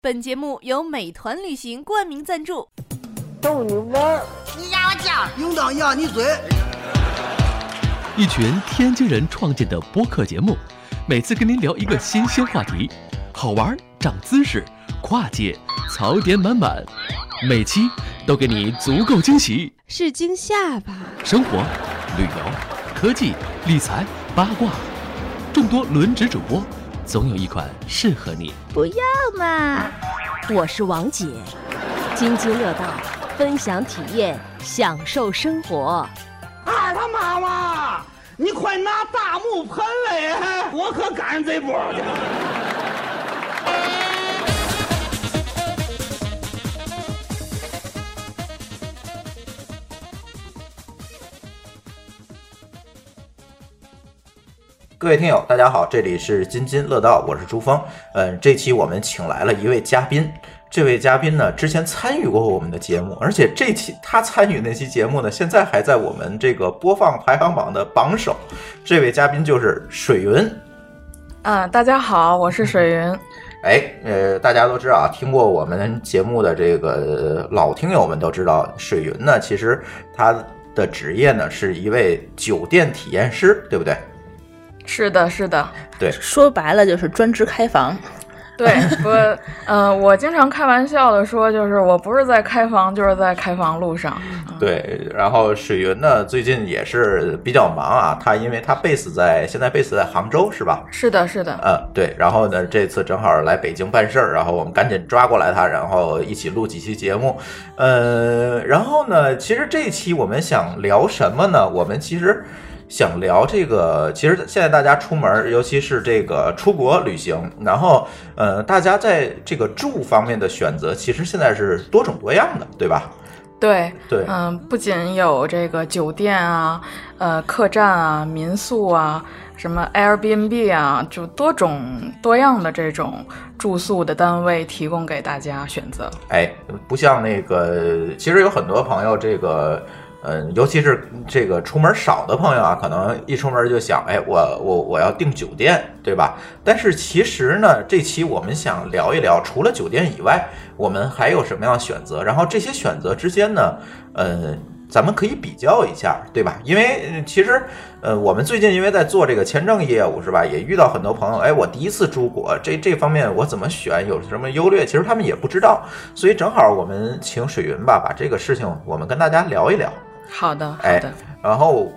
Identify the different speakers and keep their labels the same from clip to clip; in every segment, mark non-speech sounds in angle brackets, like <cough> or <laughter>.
Speaker 1: 本节目由美团旅行冠名赞助。
Speaker 2: 逗你玩儿，
Speaker 3: 你压我脚，
Speaker 4: 应当压你嘴。
Speaker 5: 一群天津人创建的播客节目，每次跟您聊一个新鲜话题，好玩、长姿势、跨界、槽点满满，每期都给你足够惊喜。
Speaker 6: 是惊吓吧？
Speaker 5: 生活、旅游、科技、理财、八卦，众多轮值主播，总有一款适合你。
Speaker 7: 不要嘛！我是王姐，津津乐道，分享体验，享受生活。
Speaker 2: 二他妈妈，你快拿大木盆来，我可赶上这波了。
Speaker 8: 各位听友，大家好，这里是津津乐道，我是朱峰。嗯，这期我们请来了一位嘉宾，这位嘉宾呢之前参与过我们的节目，而且这期他参与那期节目呢，现在还在我们这个播放排行榜的榜首。这位嘉宾就是水云。
Speaker 9: 啊，大家好，我是水
Speaker 8: <laughs>
Speaker 9: 云。
Speaker 8: 哎，呃，大家都知道啊，听过我们节目的这个呃老听友们都知道，水云呢，其实他的职业呢是一位酒店体验师，对不对？
Speaker 9: 是的，
Speaker 8: <laughs>
Speaker 9: 是的，
Speaker 10: 说白了就是专职开房。
Speaker 9: 对我，呃，我经常开玩笑的说，就是我不是在开房，就是在开房路上。嗯，
Speaker 8: 对，然后水云呢，最近也是比较忙啊。他因为他 base 在现在 base 在杭州是吧？
Speaker 9: 是的，
Speaker 8: <laughs>
Speaker 9: 是的，
Speaker 8: 嗯，对。然后呢，这次正好来北京办事儿，然后我们赶紧抓过来他，然后一起录几期节目。呃，然后呢，其实这一期我们想聊什么呢？我们其实。想聊这个，其实现在大家出门，尤其是这个出国旅行，然后，呃，大家在这个住方面的选择，其实现在是多种多样的，对吧？
Speaker 9: 对，
Speaker 8: 对，
Speaker 9: 嗯、不仅有这个酒店啊，呃，客栈啊，民宿啊，什么 Airbnb 啊，就多种多样的这种住宿的单位提供给大家选择。
Speaker 8: 哎，不像那个，其实有很多朋友，这个，嗯、尤其是这个出门少的朋友啊，可能一出门就想，哎，我我我要订酒店，对吧？但是其实呢，这期我们想聊一聊，除了酒店以外，我们还有什么样的选择？然后这些选择之间呢，呃，咱们可以比较一下，对吧？因为呃其实，呃，我们最近因为在做这个签证业务，是吧？也遇到很多朋友，哎，我第一次出国，这这方面我怎么选，有什么优劣？其实他们也不知道，所以正好我们请水云吧，把这个事情我们跟大家聊一聊。
Speaker 9: 好的，好
Speaker 8: 哎
Speaker 9: 的，
Speaker 8: 然后，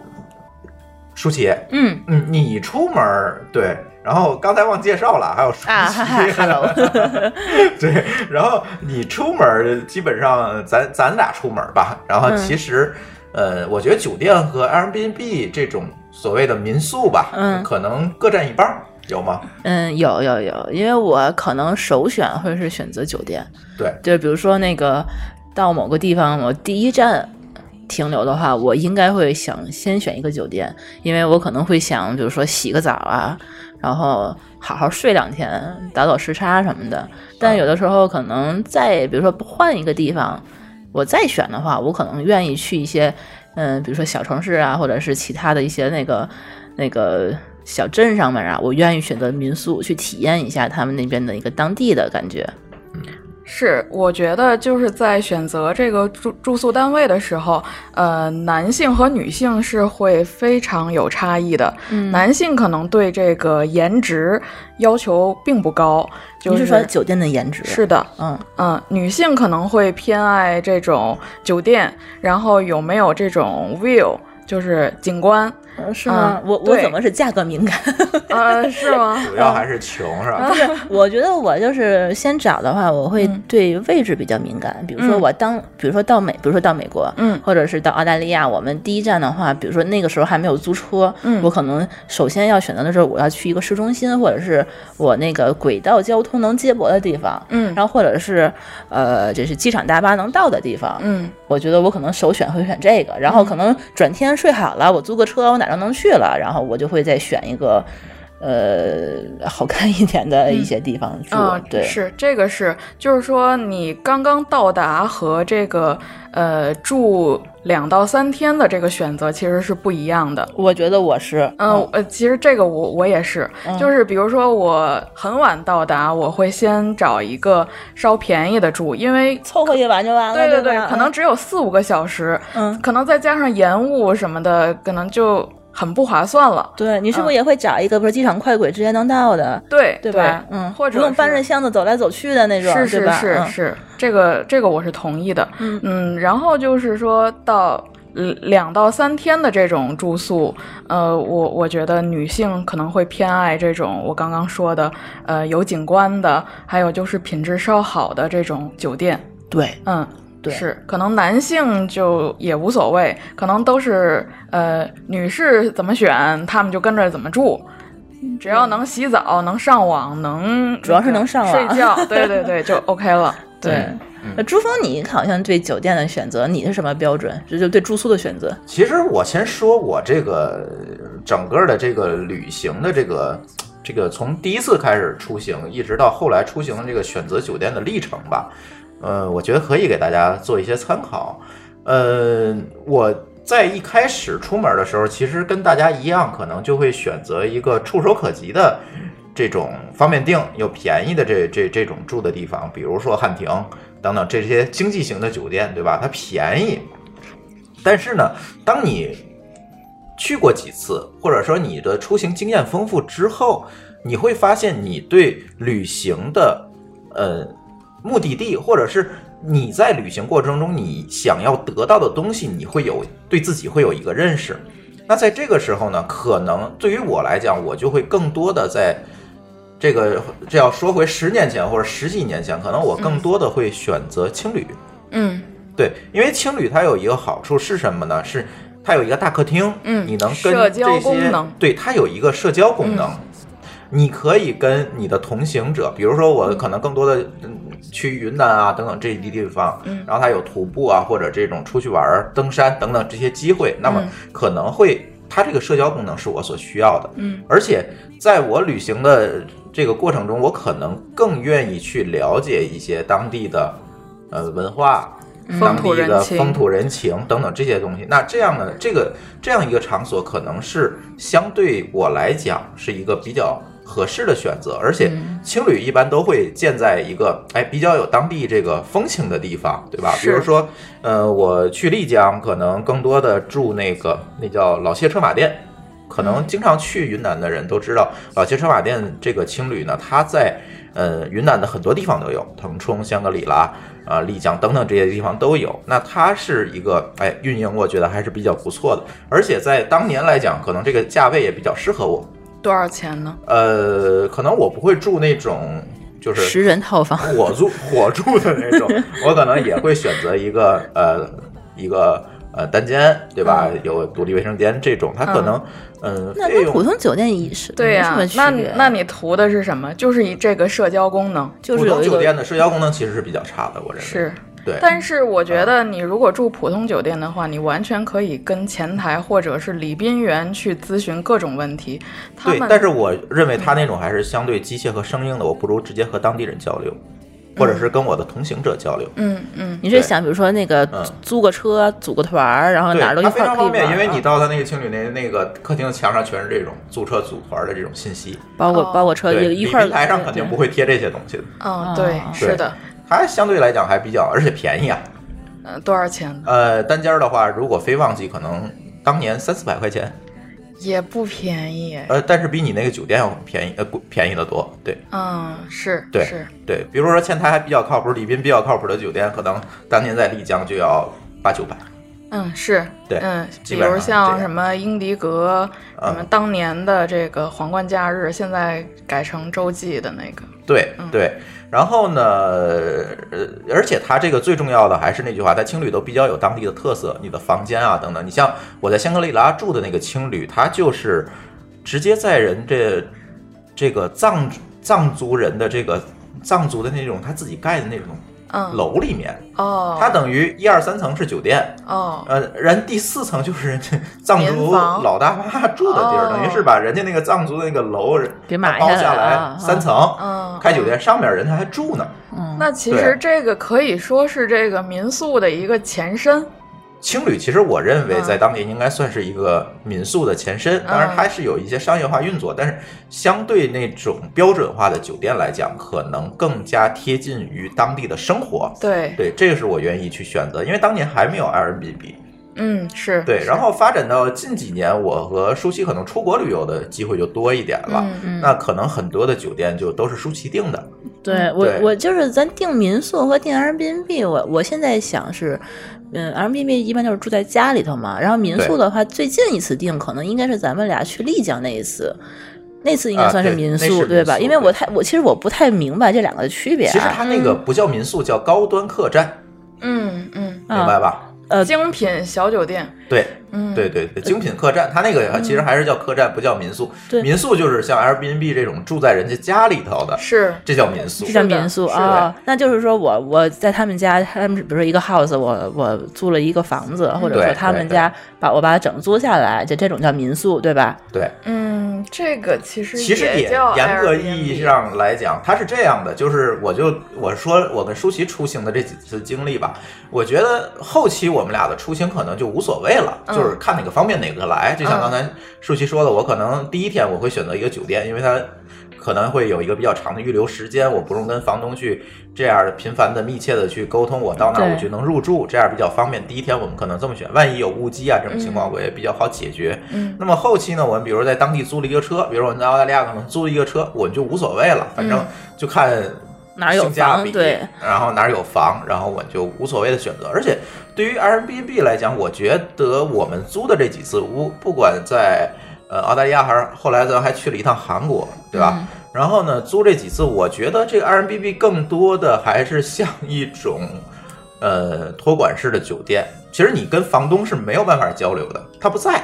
Speaker 8: 舒淇，
Speaker 9: 嗯，
Speaker 8: 嗯，你出门儿对，然后刚才忘介绍了，还有舒淇，
Speaker 10: 啊哈哈，hello
Speaker 8: <laughs> 对，然后你出门儿基本上咱咱俩出门儿吧，然后其实、
Speaker 10: 嗯
Speaker 8: 呃，我觉得酒店和 Airbnb 这种所谓的民宿吧，
Speaker 10: 嗯
Speaker 8: 可能各占一半儿，有吗？
Speaker 10: 嗯，有有有，因为我可能首选会是选择酒店，
Speaker 8: 对，
Speaker 10: 就比如说那个到某个地方，我第一站停留的话，我应该会想先选一个酒店，因为我可能会想，比如说洗个澡啊，然后好好睡两天，倒倒时差什么的。但有的时候可能再比如说换一个地方，我再选的话，我可能愿意去一些，嗯，比如说小城市啊，或者是其他的一些那个那个小镇上面啊，我愿意选择民宿去体验一下他们那边的一个当地的感觉。
Speaker 9: 是，我觉得就是在选择这个住住宿单位的时候，呃，男性和女性是会非常有差异的。
Speaker 10: 嗯
Speaker 9: 男性可能对这个颜值要求并不高，就
Speaker 10: 你是说酒店的颜值？
Speaker 9: 是，的，
Speaker 10: 嗯，
Speaker 9: 嗯，女性可能会偏爱这种酒店，然后有没有这种 view，就是景观，
Speaker 10: 呃是吗？
Speaker 9: 嗯
Speaker 10: 啊我我
Speaker 9: 对
Speaker 10: 怎么是价格敏感？ <laughs>
Speaker 9: 呃，是吗？
Speaker 8: 主要还是穷是吧？
Speaker 10: 嗯我觉得我就是先找的话，我会
Speaker 9: 嗯
Speaker 10: 对位置比较敏感。比如说
Speaker 9: 嗯
Speaker 10: 我当，比如说到美，比如说到美国，
Speaker 9: 嗯
Speaker 10: 或者是到澳大利亚，我们第一站的话，比如说那个时候还没有租车，
Speaker 9: 嗯
Speaker 10: 我可能首先要选择的是我要去一个市中心，或者是我那个轨道交通能接驳的地方，
Speaker 9: 嗯
Speaker 10: 然后或者是呃，就是机场大巴能到的地方，
Speaker 9: 嗯，
Speaker 10: 我觉得我可能首选会选这个，然后可能转天睡好了，我租个车，我哪儿都能去了，然后我就会再选一个，呃，好看一点的一些地方住。
Speaker 9: 啊，
Speaker 10: 嗯对，
Speaker 9: 是这个是，就是说你刚刚到达和这个呃住两到三天的这个选择其实是不一样的。
Speaker 10: 我觉得我是，
Speaker 9: 嗯，呃，其实这个我我也是，
Speaker 10: 嗯
Speaker 9: 就是比如说我很晚到达，我会先找一个稍便宜的住，因为
Speaker 10: 凑合一晚就完了，
Speaker 9: 对
Speaker 10: 啊对嗯
Speaker 9: 对
Speaker 10: 吧，
Speaker 9: 可能只有四五个小时，
Speaker 10: 嗯
Speaker 9: 可能再加上延误什么的，可能就很不划算了。
Speaker 10: 对你是不是也会找一个，比如机场快轨直接能到的，
Speaker 9: 对
Speaker 10: 对
Speaker 9: 对
Speaker 10: 吧？嗯，
Speaker 9: 或者
Speaker 10: 不用搬着
Speaker 9: 是
Speaker 10: 箱子走来走去的那种，
Speaker 9: 是
Speaker 10: 对
Speaker 9: 是
Speaker 10: 吧
Speaker 9: 是
Speaker 10: 嗯
Speaker 9: 是，这个这个我是同意的。
Speaker 10: 嗯
Speaker 9: 然后就是说到嗯两到三天的这种住宿，呃，我我觉得女性可能会偏爱这种我刚刚说的，呃，有景观的，还有就是品质稍好的这种酒店。
Speaker 10: 对
Speaker 9: 嗯，
Speaker 10: 对
Speaker 9: 是，可能男性就也无所谓，可能都是呃，女士怎么选，他们就跟着怎么住，只要能洗澡、能上网、能
Speaker 10: 嗯主要是
Speaker 9: 那个
Speaker 10: 能上网
Speaker 9: 睡
Speaker 10: <laughs>
Speaker 9: 觉，对对对，就 OK 了。
Speaker 10: 对。那朱峰，你好像对酒店的选择，你是什么标准？就就对住宿的选择，
Speaker 8: 其实我先说我这个呃整个的这个旅行的这个这个从第一次开始出行，一直到后来出行的这个选择酒店的历程吧。呃，我觉得可以给大家做一些参考。呃，我在一开始出门的时候，其实跟大家一样，可能就会选择一个触手可及的这种方便定又便宜的这这这种住的地方，比如说汉庭等等这些经济型的酒店，对吧？它便宜，但是呢，当你去过几次，或者说你的出行经验丰富之后，你会发现你对旅行的呃目的地，或者是你在旅行过程中你想要得到的东西，你会有对自己会有一个认识。那在这个时候呢，可能对于我来讲，我就会更多的在这个这要说回十年前或者十几年前，可能我更多的会选择青旅。
Speaker 9: 嗯
Speaker 8: 对，因为青旅它有一个好处是什么呢？是它有一个大客厅，
Speaker 9: 嗯
Speaker 8: 你能跟
Speaker 9: 社
Speaker 8: 这
Speaker 9: 交
Speaker 8: 些
Speaker 9: 功能嗯
Speaker 8: 对它有一个社交功能，你可以跟你的同行者，比如说我可能更多的嗯去云南啊等等这些地方，
Speaker 9: 嗯
Speaker 8: 然后它有徒步啊或者这种出去玩儿、登山等等这些机
Speaker 9: 嗯
Speaker 8: 会，那么可能会它这个社交功能是我所需要的，
Speaker 9: 嗯，
Speaker 8: 而且在我旅行的这个过程中，我可能更愿意去了解一些当地的呃文化。
Speaker 10: 嗯
Speaker 8: 当
Speaker 9: 风土
Speaker 8: 地
Speaker 9: 人
Speaker 8: 的
Speaker 9: 情
Speaker 8: 风土人情等等这些东西，那这样的这个这样一个场所，可能是相对我来讲是一个比较合适的选择，而且青旅一般都会建在一个哎比较有当地这个风情的地方，对吧？比
Speaker 9: 是
Speaker 8: 如说，呃，我去丽江，可能更多的住那个那叫老谢车马店，可能经常去云南的人都知道，老街车马店这个青旅呢，它在呃云南的很多地方都有，腾冲、香格里拉、啊、丽江等等这些地方都有。那它是一个哎运营，我觉得还是比较不错的，而且在当年来讲，可能这个价位也比较适合我。
Speaker 9: 多少钱呢？
Speaker 8: 呃，可能我不会住那种就是
Speaker 10: 十人套房，
Speaker 8: 火住火住的那
Speaker 10: <laughs>
Speaker 8: 种，我可能也会选择一个呃一个呃单间，对吧？有独立卫生间这种，它可能嗯、
Speaker 10: 嗯那
Speaker 8: 费
Speaker 10: 跟
Speaker 8: 用
Speaker 10: 普通酒店也是
Speaker 9: 对
Speaker 10: 没
Speaker 9: 呀、
Speaker 10: 什么区
Speaker 9: 那
Speaker 10: 别。
Speaker 8: 啊
Speaker 10: 啊
Speaker 9: 那你图的是什么？就是以这个社交功能
Speaker 10: 就是
Speaker 8: 普
Speaker 10: 有
Speaker 8: 通
Speaker 10: 一
Speaker 8: 酒
Speaker 10: 个
Speaker 8: 店的社交功能其实是比较差的，我认为
Speaker 9: 是。
Speaker 8: 对，
Speaker 9: 但是我觉得你如果住普通酒店的话，你完全可以跟前台或者是礼宾员去咨询各种问题。他
Speaker 8: 对
Speaker 9: 们，
Speaker 8: 但是我认为他那种还是相对机械和生硬的，我不如直接和当地人交流，或者是跟我的同行者交流。
Speaker 9: 嗯嗯，
Speaker 10: 你是
Speaker 8: 对
Speaker 10: 想，比如说那个
Speaker 8: 嗯
Speaker 10: 租个车、组个团儿，然后
Speaker 8: 对，
Speaker 10: 哪儿都一
Speaker 8: 它非
Speaker 10: 块儿
Speaker 8: 常
Speaker 10: 可以
Speaker 8: 方
Speaker 10: 玩
Speaker 8: 便，
Speaker 10: 儿，啊
Speaker 8: 因为你到他那个青旅那那个客厅的墙上全是这种租车组团的这种信息，
Speaker 10: 包括
Speaker 9: 哦
Speaker 10: 包括车
Speaker 8: 对，
Speaker 10: 一一块儿
Speaker 8: 礼宾台上肯定
Speaker 10: 对
Speaker 8: 不会贴这些东西的。
Speaker 9: 嗯，对
Speaker 10: 啊，
Speaker 9: 是的，
Speaker 8: 它相对来讲还比较，而且便宜啊。
Speaker 9: 呃，多少钱呢？
Speaker 8: 呃，单间儿的话，如果非旺季，可能当年三四百块钱，
Speaker 9: 也不便宜，
Speaker 8: 呃，但是比你那个酒店要便宜，呃，贵便宜的多。对，
Speaker 9: 嗯，是，
Speaker 8: 对
Speaker 9: 是，
Speaker 8: 对，比如说前台还比较靠谱，礼宾比较靠谱的酒店，可能当年在丽江就要八九百。
Speaker 9: 嗯，是，
Speaker 8: 对
Speaker 9: 嗯，
Speaker 8: 基
Speaker 9: 比
Speaker 8: 本上
Speaker 9: 如
Speaker 8: 是这样
Speaker 9: 像什么英迪格，
Speaker 8: 嗯
Speaker 9: 什么当年的这个皇冠假日，现在改成洲际的那个，
Speaker 8: 对
Speaker 9: 嗯
Speaker 8: 对，然后呢，呃，而且它这个最重要的还是那句话，它青旅都比较有当地的特色，你的房间啊等等。你像我在香格里拉住的那个青旅，它就是直接在人这这个藏藏族人的这个藏族的那种他自己盖的那种
Speaker 9: 嗯，
Speaker 8: 楼里面，
Speaker 9: 哦，
Speaker 8: 它等于一二三层是酒店，
Speaker 9: 哦，
Speaker 8: 呃，人第四层就是人家 <laughs> 藏
Speaker 9: 民
Speaker 8: 族
Speaker 9: 房
Speaker 8: 老大妈住的地儿，
Speaker 9: 哦
Speaker 8: 等于是把人家那个藏族的那个楼人
Speaker 10: 给买
Speaker 8: 包
Speaker 10: 下
Speaker 8: 下
Speaker 10: 来了啊
Speaker 8: 来三层，
Speaker 9: 嗯，
Speaker 8: 开酒店上面人家还住呢。
Speaker 10: 嗯
Speaker 9: 那其实这个可以说是这个民宿的一个前身，
Speaker 8: 青旅其实我认为
Speaker 9: 嗯
Speaker 8: 在当年应该算是一个民宿的前身，
Speaker 10: 嗯
Speaker 8: 当然它是有一些商业化运作，但是相对那种标准化的酒店来讲，可能更加贴近于当地的生活。
Speaker 9: 对，
Speaker 8: 对，这个是我愿意去选择，因为当年还没有 Airbnb。
Speaker 9: 嗯，是
Speaker 8: 对，然后发展到近几年，我和舒淇可能出国旅游的机会就多一点了。
Speaker 9: 嗯嗯，
Speaker 8: 那可能很多的酒店就都是舒淇订的，
Speaker 10: 对我
Speaker 8: 对
Speaker 10: 我就是咱订民宿和订 Airbnb，我我现在想是，嗯，Airbnb 一般就是住在家里头嘛，然后民
Speaker 8: 对
Speaker 10: 宿的话，最近一次订可能应该是咱们俩去丽江那一次。那次应该
Speaker 8: 啊
Speaker 10: 算是
Speaker 8: 对
Speaker 10: 民
Speaker 8: 那
Speaker 10: 宿，
Speaker 8: 是民
Speaker 10: 吧？
Speaker 8: 宿
Speaker 10: 因为我
Speaker 8: 对
Speaker 10: 太我其实我不太明白这两个的区别、啊。
Speaker 8: 其实它那个不叫民宿，叫高端客栈，
Speaker 9: 嗯嗯，
Speaker 8: 明白吧？
Speaker 10: 呃
Speaker 9: 精品小酒店，
Speaker 8: 对，
Speaker 9: 嗯，
Speaker 8: 对对对，精品客栈，它那个其实还是叫客栈，不叫民宿。
Speaker 10: 对
Speaker 8: 民宿就是像 Airbnb 这种住在人家家里头的，
Speaker 9: 是，
Speaker 8: 这叫民宿
Speaker 10: 这。叫
Speaker 9: 是的
Speaker 10: 民宿
Speaker 9: 是
Speaker 10: 啊、那就是说我我在他们家，他们比如说一个 house，我我租了一个房子，或者说
Speaker 8: 对
Speaker 10: 他们
Speaker 8: 对
Speaker 10: 家把我把它整租下来，就这种叫民宿，对吧？
Speaker 8: 对，
Speaker 9: 嗯，这个其实
Speaker 8: 其实也
Speaker 9: 叫
Speaker 8: 严格
Speaker 9: Airbnb
Speaker 8: 意义，上来讲，它是这样的，就是我就我说我跟舒淇出行的这几次经历吧，我觉得后期我们俩的出行可能就无所谓了，
Speaker 9: 嗯
Speaker 8: 就是看哪个方便哪个来。就像刚才舒淇说的，我可能第一天我会选择一个酒店，因为它可能会有一个比较长的预留时间，我不用跟房东去这样频繁的、密切的去沟通，我到哪儿我
Speaker 10: 对
Speaker 8: 就能入住，这样比较方便。第一天我们可能这么选，万一有误机啊这种情况，我也比较好解决。
Speaker 9: 嗯
Speaker 8: 那么后期呢，我们比如在当地租了一个车，比如我们在澳大利亚可能租了一个车，我们就无所谓了，反正
Speaker 9: 嗯
Speaker 8: 就看
Speaker 10: 哪儿有
Speaker 8: 性价
Speaker 10: 房
Speaker 8: 比，
Speaker 10: 对，
Speaker 8: 然后哪儿有房，然后我就无所谓的选择。而且对于 Airbnb 来讲，我觉得我们租的这几次屋，不管在呃澳大利亚还是后来咱还去了一趟韩国，对吧？
Speaker 10: 嗯
Speaker 8: 然后呢，租这几次，我觉得这个 Airbnb 更多的还是像一种呃托管式的酒店。其实你跟房东是没有办法交流的，他不在。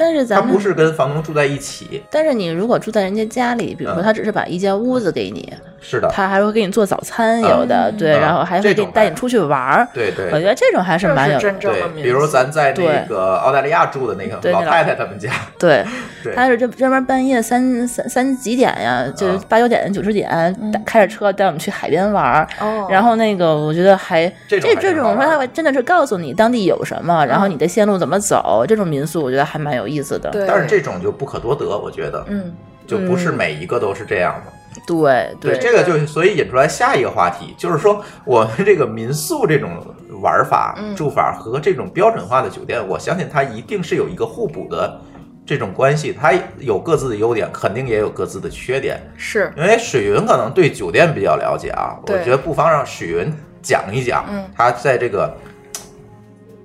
Speaker 10: 但是
Speaker 8: 他
Speaker 10: 咱们
Speaker 8: 不是跟房东住在一起，
Speaker 10: 但是你如果住在人家家里，比如说
Speaker 8: 嗯
Speaker 10: 他只是把一间屋子给你，
Speaker 8: 是的，
Speaker 10: 他还会给你做早餐，
Speaker 8: 啊
Speaker 10: 有的、
Speaker 9: 嗯
Speaker 10: 对，
Speaker 8: 啊
Speaker 10: 然后还会
Speaker 8: 这
Speaker 10: 给
Speaker 8: 种
Speaker 10: 你带
Speaker 8: 还
Speaker 10: 你出去玩儿。
Speaker 8: 对
Speaker 10: 我
Speaker 8: 对
Speaker 10: 觉得这种还是
Speaker 9: 这
Speaker 10: 蛮有
Speaker 9: 是真正的
Speaker 8: 对，
Speaker 9: 民宿，
Speaker 8: 比如咱在那
Speaker 10: 对
Speaker 8: 个澳大利亚住的那个
Speaker 10: 对
Speaker 8: 老
Speaker 10: 那个
Speaker 8: 太太他
Speaker 10: <laughs>
Speaker 8: 们家，
Speaker 10: 对，
Speaker 8: 对，
Speaker 10: 他是这专门半夜三三三几点呀，就是
Speaker 8: 啊
Speaker 10: 八九点九十点、
Speaker 9: 嗯
Speaker 10: 带开着车带我们去海边玩儿。
Speaker 9: 哦，
Speaker 10: 然后那个，我觉得还
Speaker 8: 这种
Speaker 10: 这
Speaker 8: 还
Speaker 10: 这
Speaker 8: 挺好
Speaker 10: 种
Speaker 8: 玩
Speaker 10: 说
Speaker 8: 的
Speaker 10: 他会真的是告诉你当地有什么，然后你的线路怎么走，这种民宿我觉得还蛮有意思的。
Speaker 9: 对，
Speaker 8: 但是这种就不可多得，我觉得
Speaker 9: 嗯
Speaker 8: 就不是每一个都是这样的。
Speaker 10: 对
Speaker 8: 对，这个就所以引出来下一个话题，就是说我们这个民宿这种玩法、
Speaker 9: 嗯
Speaker 8: 住法和这种标准化的酒店，我相信它一定是有一个互补的这种关系，它有各自的优点，肯定也有各自的缺点。
Speaker 9: 是，
Speaker 8: 因为史云可能对酒店比较了解啊，我
Speaker 9: 对
Speaker 8: 觉得不妨让史云讲一讲，
Speaker 9: 嗯
Speaker 8: 他在这个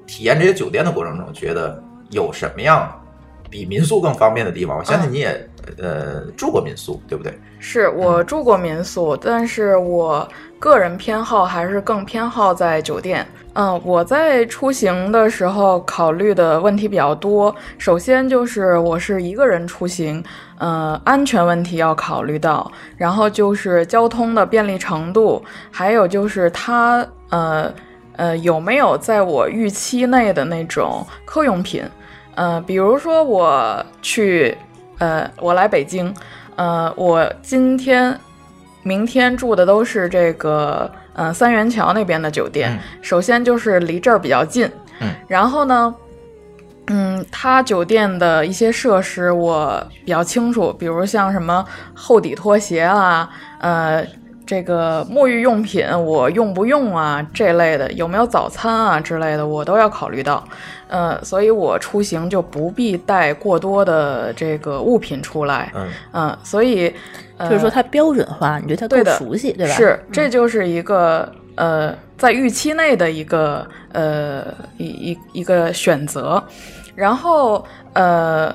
Speaker 8: 体验这些酒店的过程中，觉得有什么样比民宿更方便的地方？我相信
Speaker 9: 嗯
Speaker 8: 你也、呃住过民宿，对不对？
Speaker 9: 是我住过民宿，但是我个人偏好还是更偏好在酒店。嗯，我在出行的时候考虑的问题比较多。首先就是我是一个人出行，呃，安全问题要考虑到，然后就是交通的便利程度，还有就是它呃呃有没有在我预期内的那种客用品。呃，比如说我去，呃，我来北京，呃，我今天、明天住的都是这个，呃，三元桥那边的酒店。
Speaker 8: 嗯
Speaker 9: 首先就是离这儿比较近，
Speaker 8: 嗯，
Speaker 9: 然后呢，嗯，它酒店的一些设施我比较清楚，比如像什么厚底拖鞋啦、呃。这个沐浴用品我用不用啊？这类的有没有早餐啊之类的，我都要考虑到。呃，所以我出行就不必带过多的这个物品出来。
Speaker 8: 嗯，
Speaker 9: 嗯、所以、呃、
Speaker 10: 就是说它标准化，你觉得它
Speaker 9: 对
Speaker 10: 够
Speaker 9: 的
Speaker 10: 熟悉，对吧？嗯
Speaker 9: 是，这就是一个呃，在预期内的一个呃一一一个选择。然后呃，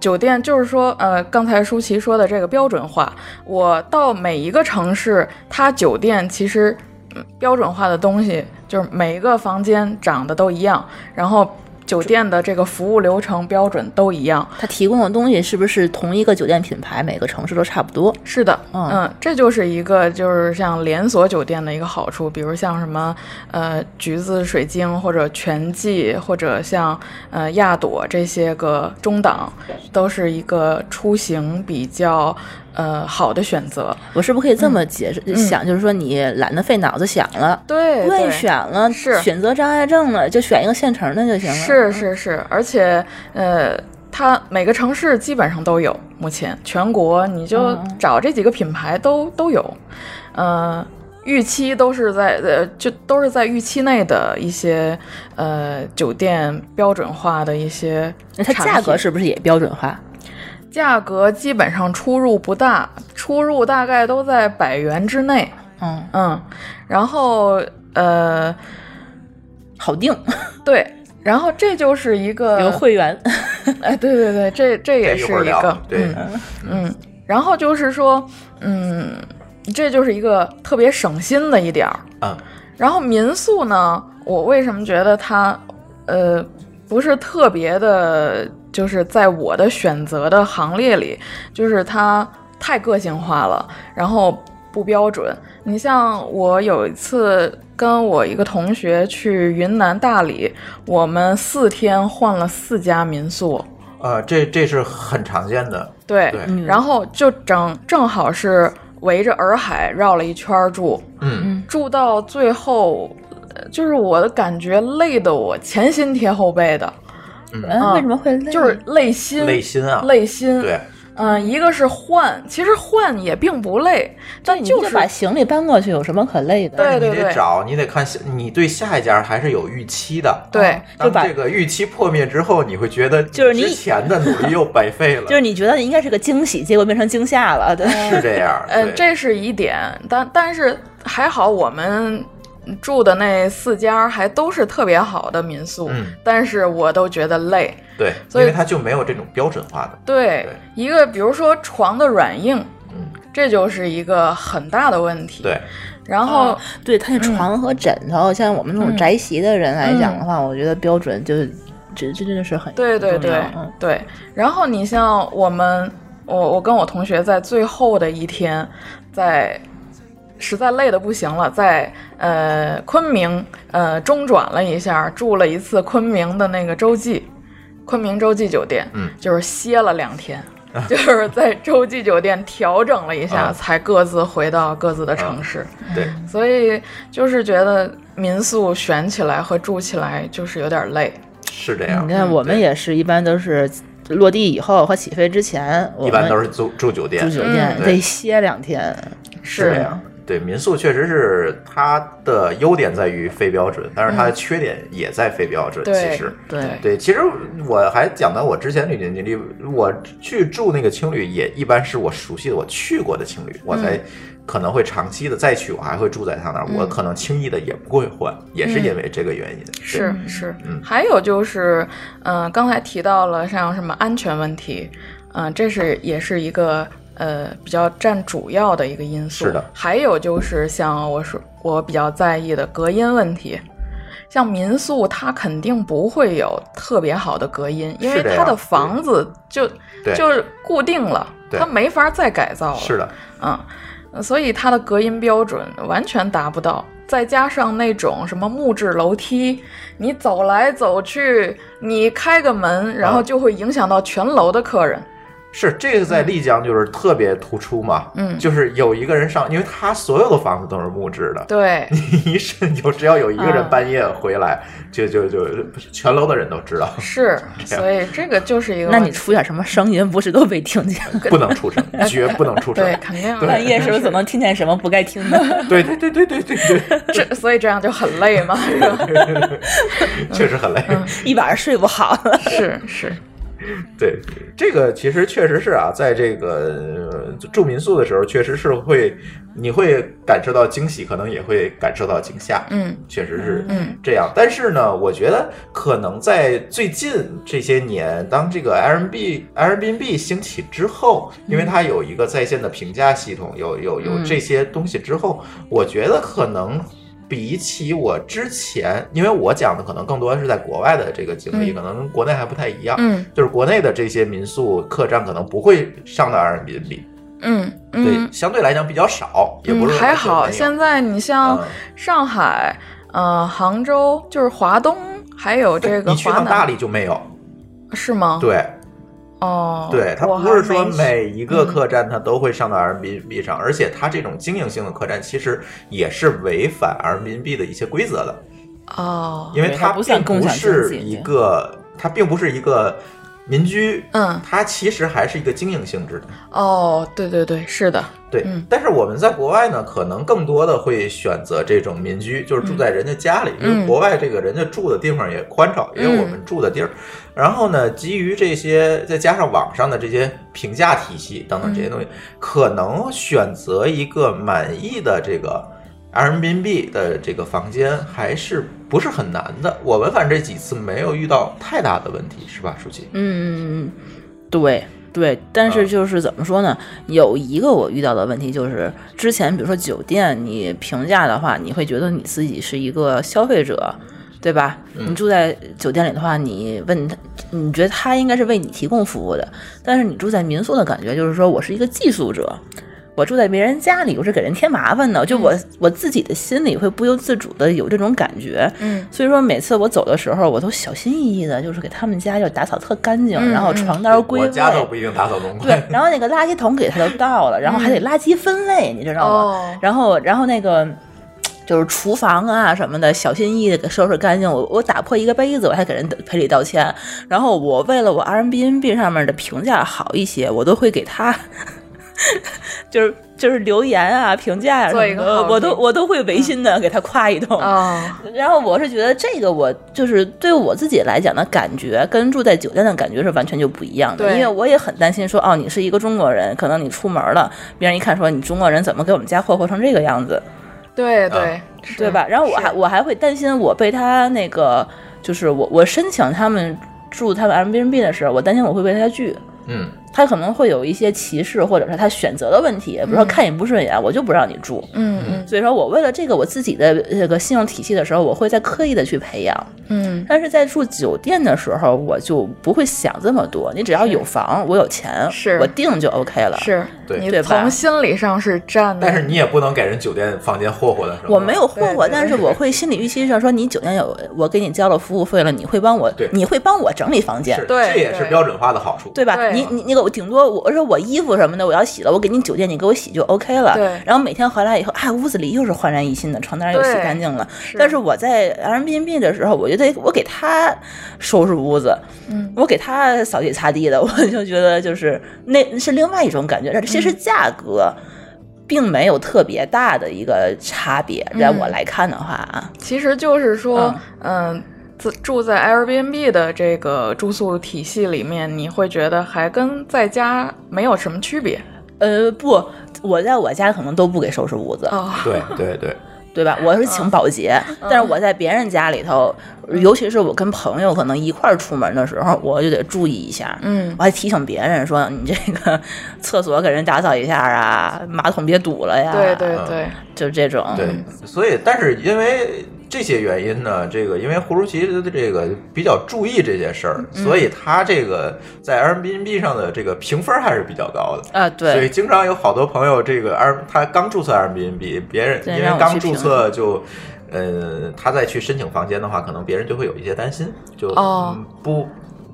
Speaker 9: 酒店就是说呃，刚才舒淇说的这个标准化，我到每一个城市，它酒店其实、嗯标准化的东西就是每一个房间长得都一样，然后酒店的这个服务流程标准都一样。
Speaker 10: 它提供的东西是不是同一个酒店品牌，每个城市都差不多？
Speaker 9: 是的，
Speaker 10: 嗯
Speaker 9: 嗯，这就是一个就是像连锁酒店的一个好处，比如像什么呃橘子水晶或者全季或者像呃亚朵这些个中档，都是一个出行比较呃好的选择。
Speaker 10: 我是不是可以这么解释、想，就是说你懒得费脑子想了，
Speaker 9: 对
Speaker 10: 不
Speaker 9: 对
Speaker 10: 愿选了，
Speaker 9: 是
Speaker 10: 选择障碍症了，就选一个现成的就行了。嗯
Speaker 9: 是是是，而且呃，它每个城市基本上都有，目前全国你就
Speaker 10: 嗯
Speaker 9: 找这几个品牌都都有，呃，预期都是在呃，就都是在预期内的一些呃酒店标准化的一些
Speaker 10: 那
Speaker 9: 产
Speaker 10: 它
Speaker 9: 品，
Speaker 10: 价格是不是也标准化？
Speaker 9: 价格基本上出入不大，出入大概都在百元之内，
Speaker 10: 嗯，
Speaker 9: 嗯，然后呃
Speaker 10: 好定，
Speaker 9: 对。然后这就是一个
Speaker 10: 有会员，
Speaker 9: 哎，对对对，这这也
Speaker 8: 这
Speaker 9: 是
Speaker 8: 一会儿
Speaker 9: 一
Speaker 8: 聊
Speaker 9: 个，
Speaker 8: 对
Speaker 9: 嗯，嗯，然后就是说，嗯，这就是一个特别省心的一点儿。
Speaker 8: 嗯，
Speaker 9: 然后民宿呢，我为什么觉得它，呃，不是特别的，就是在我的选择的行列里，就是它太个性化了，然后不标准。你像我有一次跟我一个同学去云南大理，我们四天换了四家民宿。
Speaker 8: 呃，这这是很常见的，
Speaker 9: 对，嗯
Speaker 8: 对
Speaker 10: 嗯
Speaker 9: 然后就整正好是围着洱海绕了一圈儿住，
Speaker 8: 嗯，
Speaker 9: 住到最后，呃就是我的感觉累得我前心贴后背的，
Speaker 10: 嗯，为什么会累？
Speaker 9: 就是累心，
Speaker 8: 累心啊，
Speaker 9: 嗯累心。
Speaker 8: 对，
Speaker 9: 嗯、一个是换，其实换也并不累，但
Speaker 10: 你就是把行李搬过去，有什么可累的？
Speaker 9: 对
Speaker 8: 你得找，你得看下，你对下一家还是有预期的。
Speaker 9: 对
Speaker 8: 当
Speaker 10: 就把
Speaker 8: 这个预期破灭之后，你会觉得
Speaker 10: 就是你
Speaker 8: 之前的努力又白费了，
Speaker 10: 就是你觉得应该是个惊喜，结果变成惊吓了，对。
Speaker 8: 是这样。
Speaker 9: 嗯，
Speaker 10: 呃
Speaker 8: 对
Speaker 9: 这是一点，但但是还好我们。住的那四家还都是特别好的民宿，
Speaker 8: 嗯
Speaker 9: 但是我都觉得累，
Speaker 8: 对，
Speaker 9: 所以
Speaker 8: 因为它就没有这种标准化的。
Speaker 9: 对，
Speaker 8: 对
Speaker 9: 一个比如说床的软硬，
Speaker 8: 嗯，
Speaker 9: 这就是一个很大的问题。，
Speaker 8: 对，
Speaker 9: 然后、
Speaker 10: <laughs> 对，它那床和枕头，像我们这种
Speaker 9: 嗯
Speaker 10: 宅席的人来讲的话，我觉得标准就是这这真的是很
Speaker 9: 对对对、
Speaker 10: 重要嗯
Speaker 9: 对，然后你像我们，我我跟我同学在最后的一天，在实在累的不行了，在呃昆明呃中转了一下，住了一次昆明的那个洲际。昆明洲际酒店，
Speaker 8: 嗯
Speaker 9: 就是歇了两天， <laughs> 就是在洲际酒店调整了一下，
Speaker 8: 啊
Speaker 9: 才各自回到各自的城市。
Speaker 8: 对，
Speaker 9: 所以就是觉得民宿选起来和住起来就是有点累。
Speaker 8: 是这样。嗯
Speaker 10: 你看，我们
Speaker 8: 对
Speaker 10: 也是一般都是落地以后和起飞之前，我
Speaker 8: 一般都
Speaker 10: 们
Speaker 8: 是住住酒店
Speaker 10: 住，酒店
Speaker 8: 嗯对
Speaker 10: 得歇两天，
Speaker 8: 是这样。对，民宿确实是它的优点在于非标准，但是它的缺点也在非标准。
Speaker 9: 对
Speaker 8: 其实，
Speaker 10: 嗯
Speaker 9: 哎
Speaker 10: 对
Speaker 8: 对，其实我还讲到我之前旅行经历，我去住那个青旅也一般是我熟悉的、我去过的青旅，我
Speaker 9: 嗯
Speaker 8: 才可能会长期的再去，我还会住在他那儿，我可能轻易的也不会换，也是因为这个原因。对
Speaker 9: 嗯是是
Speaker 8: 嗯，
Speaker 9: 还有就是，嗯、刚才提到了像什么安全问题，嗯、这是也是一个呃比较占主要的一个因素。
Speaker 8: 是的
Speaker 9: 还有就是像我说我比较在意的隔音问题，像民宿它肯定不会有特别好的隔音，因为
Speaker 8: 是这样
Speaker 9: 它的房子就
Speaker 8: 对
Speaker 9: 就是固定了，
Speaker 8: 对
Speaker 9: 它没法再改造了。
Speaker 8: 是的，
Speaker 9: 嗯，呃所以它的隔音标准完全达不到，再加上那种什么木质楼梯，你走来走去，你开个门，
Speaker 8: 啊
Speaker 9: 然后就会影响到全楼的客人。
Speaker 8: 是这个在丽江就是特别突出嘛，
Speaker 9: 嗯
Speaker 8: 就是有一个人上，因为他所有的房子都是木质的， <laughs>
Speaker 9: 对，
Speaker 8: 一是有只要有一个人
Speaker 9: 嗯
Speaker 8: 半夜回来，就就就全楼的人都知道，
Speaker 9: 是，
Speaker 8: 这样
Speaker 9: 所以这个就是一个
Speaker 10: 那
Speaker 9: 问
Speaker 10: 你
Speaker 9: 题
Speaker 10: 出点什么声音，不是都被听见？
Speaker 8: 不能出声，绝不能出声。
Speaker 9: <laughs> 对肯定啊
Speaker 8: 对
Speaker 10: <laughs> 半夜是不是总能听见什么不该听 <laughs> 的？
Speaker 8: 对对对对对对对，
Speaker 9: 这，所以这样就很累嘛，是吧？
Speaker 8: 确实很累。
Speaker 10: 一晚上睡不好了。
Speaker 9: 是是，
Speaker 8: 啊对，这个其实确实是啊，在这个呃住民宿的时候，确实是会，你会感受到惊喜，可能也会感受到惊吓。
Speaker 9: 嗯
Speaker 8: 确实是
Speaker 9: 嗯
Speaker 8: 这样。但是呢，我觉得可能在最近这些年，当这个 Airbnb Airbnb 兴起之后，因为它有一个在线的评价系统，有有有
Speaker 9: 嗯
Speaker 8: 这些东西之后，我觉得可能。比起我之前，因为我讲的可能更多是在国外的这个经历，
Speaker 9: 嗯
Speaker 8: 可能跟国内还不太一样。
Speaker 9: 嗯
Speaker 8: 就是国内的这些民宿客栈可能不会上到 Airbnb，、
Speaker 9: 嗯嗯
Speaker 8: 对，，相对来讲比较少，也不是说
Speaker 9: 嗯还
Speaker 8: 完全没
Speaker 9: 好，
Speaker 8: 有
Speaker 9: 现在你像
Speaker 8: 嗯
Speaker 9: 上海、呃杭州，就是华东，还有这个
Speaker 8: 哎你去
Speaker 9: 华
Speaker 8: 趟大
Speaker 9: 南，
Speaker 8: 理就没有，
Speaker 9: 是吗？
Speaker 8: 对，
Speaker 9: 哦，
Speaker 8: 对，它
Speaker 9: 我
Speaker 8: 不是
Speaker 9: 还
Speaker 8: 说
Speaker 9: 没
Speaker 8: 每一个
Speaker 9: 嗯
Speaker 8: 客栈它都会上到 Airbnb 上，而且它这种经营性的客栈其实也是违反 Airbnb 的一些规则的，
Speaker 9: 哦，
Speaker 8: 因为
Speaker 10: 对它不算
Speaker 8: 并
Speaker 10: 共
Speaker 8: 不
Speaker 10: 享经
Speaker 8: 是
Speaker 10: 济
Speaker 8: 一
Speaker 10: 对
Speaker 8: 个，它并不是一个民居，
Speaker 9: 嗯，
Speaker 8: 它其实还是一个经营性质的。
Speaker 9: 哦，对对对，是的，
Speaker 8: 对，
Speaker 9: 嗯
Speaker 8: 但是我们在国外呢，可能更多的会选择这种民居，就是住在人家家里，
Speaker 9: 嗯
Speaker 8: 因为国外这个人家住的地方也宽敞，也有我们住的地儿。然后呢，基于这些，再加上网上的这些评价体系等等这
Speaker 9: 嗯
Speaker 8: 些东西，可能选择一个满意的这个 Airbnb 的这个房间还是不是很难的。我们反正这几次没有遇到太大的问题，是吧，舒淇？
Speaker 10: 嗯，对对，但
Speaker 8: 啊
Speaker 10: 是就是怎么说呢？有一个我遇到的问题就是，之前比如说酒店，你评价的话，你会觉得你自己是一个消费者。对吧？
Speaker 8: 嗯
Speaker 10: 你住在酒店里的话，你问他，你觉得他应该是为你提供服务的，但是你住在民宿的感觉就是说我是一个寄宿者，我住在别人家里，我是给人添麻烦的，
Speaker 9: 嗯
Speaker 10: 就我我自己的心里会不由自主的有这种感觉，
Speaker 9: 嗯
Speaker 10: 所以说每次我走的时候，我都小心翼翼的，就是给他们家就打扫特干净，
Speaker 9: 嗯
Speaker 10: 然后床单归
Speaker 8: 我
Speaker 10: 位。
Speaker 8: 家都不一定打扫公
Speaker 10: 对
Speaker 8: 筷。，
Speaker 10: 然后那个垃圾桶给他就到了，然后还得垃圾分类，你知道吗？
Speaker 9: 嗯哦，
Speaker 10: 然后，然后那个就是厨房啊什么的，小心翼翼的给收拾干净。我我打破一个杯子，我还给人赔礼道歉。然后我为了我 Airbnb 上面的评价好一些，我都会给他 <laughs> 就是就是留言啊、评价啊什
Speaker 9: 做一
Speaker 10: 么
Speaker 9: 个嗯
Speaker 10: 的，
Speaker 9: 好
Speaker 10: 我都
Speaker 9: 评
Speaker 10: 我都会违心的给他夸一通。
Speaker 9: 哦，
Speaker 10: 然后我是觉得这个我就是对我自己来讲的感觉，跟住在酒店的感觉是完全就不一样的。
Speaker 9: 对
Speaker 10: 因为我也很担心说，哦，你是一个中国人，可能你出门了，别人一看说你中国人怎么给我们家霍霍成这个样子，
Speaker 9: 对对
Speaker 8: 啊，
Speaker 9: 是
Speaker 10: 对吧？？然后我还我还会担心我被他那个，就是我我申请他们住他们 Airbnb 的时候，我担心我会被他拒。
Speaker 8: 嗯，
Speaker 10: 他可能会有一些歧视，或者是他选择的问题，比如说看你不顺眼，我就不让你住。
Speaker 9: 嗯嗯
Speaker 10: 所以说我为了这个我自己的这个信用体系的时候，我会再刻意的去培养。
Speaker 9: 嗯，
Speaker 10: 但是在住酒店的时候，我就不会想这么多。你只要有房，我有钱，
Speaker 9: 是
Speaker 10: 我定就 OK 了。，
Speaker 9: 嗯是
Speaker 8: 对
Speaker 9: 你
Speaker 10: 对吧
Speaker 9: 从心理上是占的，
Speaker 8: 但是你也不能给人酒店房间霍霍的，是吧？
Speaker 10: 我没有霍
Speaker 9: 对
Speaker 10: 霍，
Speaker 9: 对
Speaker 10: 但是我会心理预期上说，你酒店有我给你交了服务费了，你会帮我
Speaker 8: 对，
Speaker 10: 你会帮我整理房间
Speaker 8: 是，。
Speaker 9: 对
Speaker 8: 这也是
Speaker 9: 对
Speaker 8: 标准化的好处，
Speaker 10: 对吧？
Speaker 9: 对
Speaker 10: 你你那个，我顶多我说我衣服什么的我要洗了，我给你酒店你给我洗就 OK 了。
Speaker 9: 对
Speaker 10: 然后每天回来以后，啊，屋子里又是焕然一新的，床单又洗
Speaker 9: 对
Speaker 10: 干净了，但是我在 Airbnb 的时候，我就得我给他收拾屋子，
Speaker 9: 嗯
Speaker 10: 我给他扫地擦地的，我就觉得就是那是另外一种感觉。
Speaker 9: 嗯
Speaker 10: 其实价格并没有特别大的一个差别，在
Speaker 9: 嗯
Speaker 10: 我来看的话啊，
Speaker 9: 其实就是说，嗯。自住在 Airbnb 的这个住宿体系里面，你会觉得还跟在家没有什么区别
Speaker 10: 呃，不，我在我家可能都不给收拾屋子，
Speaker 9: 哦，
Speaker 10: <laughs>
Speaker 8: 对对对，
Speaker 10: 对吧？我是
Speaker 9: 嗯
Speaker 10: 请保洁，但是我在别人家里头，尤其是我跟朋友可能一块儿出门的时候，我就得注意一下，
Speaker 9: 嗯
Speaker 10: 我还提醒别人说，你这个厕所给人打扫一下啊，马桶别堵了呀。
Speaker 9: 对对
Speaker 8: 嗯
Speaker 9: 对，
Speaker 10: 就这种。
Speaker 8: 对，所以但是因为这些原因呢，这个因为胡舒淇的这个比较注意这些事儿，
Speaker 10: 嗯
Speaker 8: 所以他这个在 Airbnb 上的这个评分还是比较高的。
Speaker 10: 啊，
Speaker 8: 所以
Speaker 10: 对，
Speaker 8: 经常有好多朋友，这个 R 他刚注册 Airbnb，别人
Speaker 10: 对
Speaker 8: 因为
Speaker 10: 让我
Speaker 8: 刚
Speaker 10: 去
Speaker 8: 注
Speaker 10: 评
Speaker 8: 册就，呃，他再去申请房间的话，可能别人就会有一些担心，就、
Speaker 9: 哦
Speaker 8: 嗯不